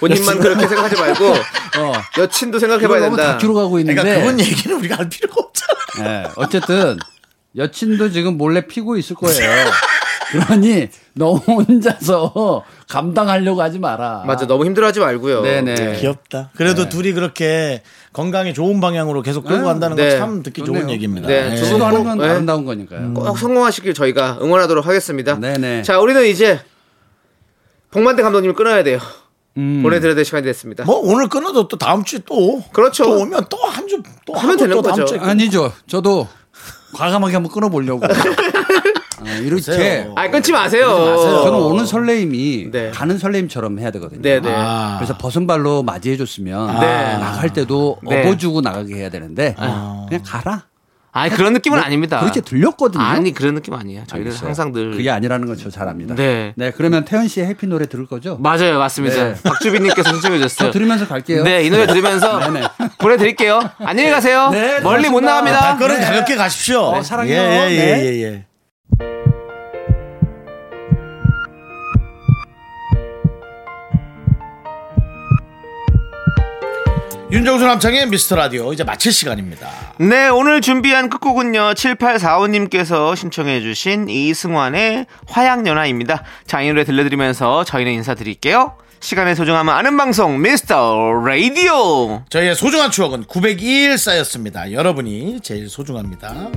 [SPEAKER 2] 본인만 그렇게 생각하지 말고
[SPEAKER 5] 어.
[SPEAKER 2] 여친도
[SPEAKER 5] 이걸
[SPEAKER 2] 생각해봐야
[SPEAKER 5] 너무
[SPEAKER 2] 된다.
[SPEAKER 5] 다큐로 가고 있는데
[SPEAKER 1] 그러니까 그분 얘기는 우리가 할 필요가 없잖아.
[SPEAKER 5] 예, 어쨌든 여친도 지금 몰래 피고 있을 거예요. 그러니 너 혼자서 감당하려고 하지 마라.
[SPEAKER 2] 맞아 너무 힘들어하지 말고요.
[SPEAKER 5] 네네.
[SPEAKER 1] 귀엽다. 그래도 둘이 그렇게 건강에 좋은 방향으로 계속 끌고 간다는
[SPEAKER 2] 네.
[SPEAKER 1] 건 참 듣기 좋은
[SPEAKER 5] 좋네요.
[SPEAKER 1] 얘기입니다.
[SPEAKER 2] 네,
[SPEAKER 1] 예.
[SPEAKER 2] 두
[SPEAKER 5] 저도 하는 건
[SPEAKER 2] 네.
[SPEAKER 5] 아름다운 거니까요.
[SPEAKER 2] 꼭 성공하시길 저희가 응원하도록 하겠습니다.
[SPEAKER 5] 음. 네네.
[SPEAKER 2] 자 우리는 이제 복만대 감독님을 끊어야 돼요.
[SPEAKER 5] 음.
[SPEAKER 2] 보내드려야 될 시간이 됐습니다.
[SPEAKER 1] 뭐 오늘 끊어도 또 다음 주에 또
[SPEAKER 2] 그렇죠.
[SPEAKER 1] 또 오면 또 한 주 또
[SPEAKER 2] 하면
[SPEAKER 1] 하고
[SPEAKER 2] 되는
[SPEAKER 1] 또 다음
[SPEAKER 2] 거죠.
[SPEAKER 1] 주에
[SPEAKER 5] 아니죠. 저도 과감하게 한번 끊어보려고. 아, 이렇게
[SPEAKER 1] 보세요.
[SPEAKER 2] 아 끊지 마세요.
[SPEAKER 5] 저는 오는 설레임이
[SPEAKER 2] 네.
[SPEAKER 5] 가는 설레임처럼 해야 되거든요.
[SPEAKER 2] 네네.
[SPEAKER 1] 아.
[SPEAKER 5] 그래서 벗은 발로 맞이해줬으면
[SPEAKER 2] 네.
[SPEAKER 5] 나갈 때도
[SPEAKER 2] 네.
[SPEAKER 5] 업어주고 나가게 해야 되는데 그냥 가라.
[SPEAKER 2] 아니 그런 느낌은 아닙니다.
[SPEAKER 5] 뭐 그렇게 들렸거든요.
[SPEAKER 2] 아니 그런 느낌 아니에요. 저희는
[SPEAKER 5] 알겠어요.
[SPEAKER 2] 항상 늘
[SPEAKER 5] 그게 아니라는 건 저 잘 압니다.
[SPEAKER 2] 네.
[SPEAKER 5] 그러면 태연 씨의 해피 노래 들을 거죠?
[SPEAKER 2] 맞아요, 맞습니다. 박주빈님께서 신청해
[SPEAKER 5] 네. 저
[SPEAKER 2] 주셨어요.
[SPEAKER 5] 들으면서 갈게요.
[SPEAKER 2] 네, 이 노래 들으면서
[SPEAKER 5] 네네.
[SPEAKER 2] 보내드릴게요. 안녕히 가세요.
[SPEAKER 5] 네,
[SPEAKER 2] 멀리 못
[SPEAKER 5] 고맙습니다.
[SPEAKER 2] 나갑니다.
[SPEAKER 1] 그거는 가볍게 가십시오.
[SPEAKER 5] 어, 사랑해요.
[SPEAKER 1] 예, 예, 예,
[SPEAKER 5] 네.
[SPEAKER 1] 예, 예. 윤정수 남창의 미스터 라디오 이제 마칠 시간입니다.
[SPEAKER 2] 네, 오늘 준비한 끝곡은요. 7845님께서 신청해 주신 이승환의 화양연화입니다. 자, 이 노래 들려드리면서 저희는 인사드릴게요. 시간의 소중함을 아는 방송 미스터 라디오.
[SPEAKER 1] 저희의 소중한 추억은 902일 쌓였습니다. 여러분이 제일 소중합니다.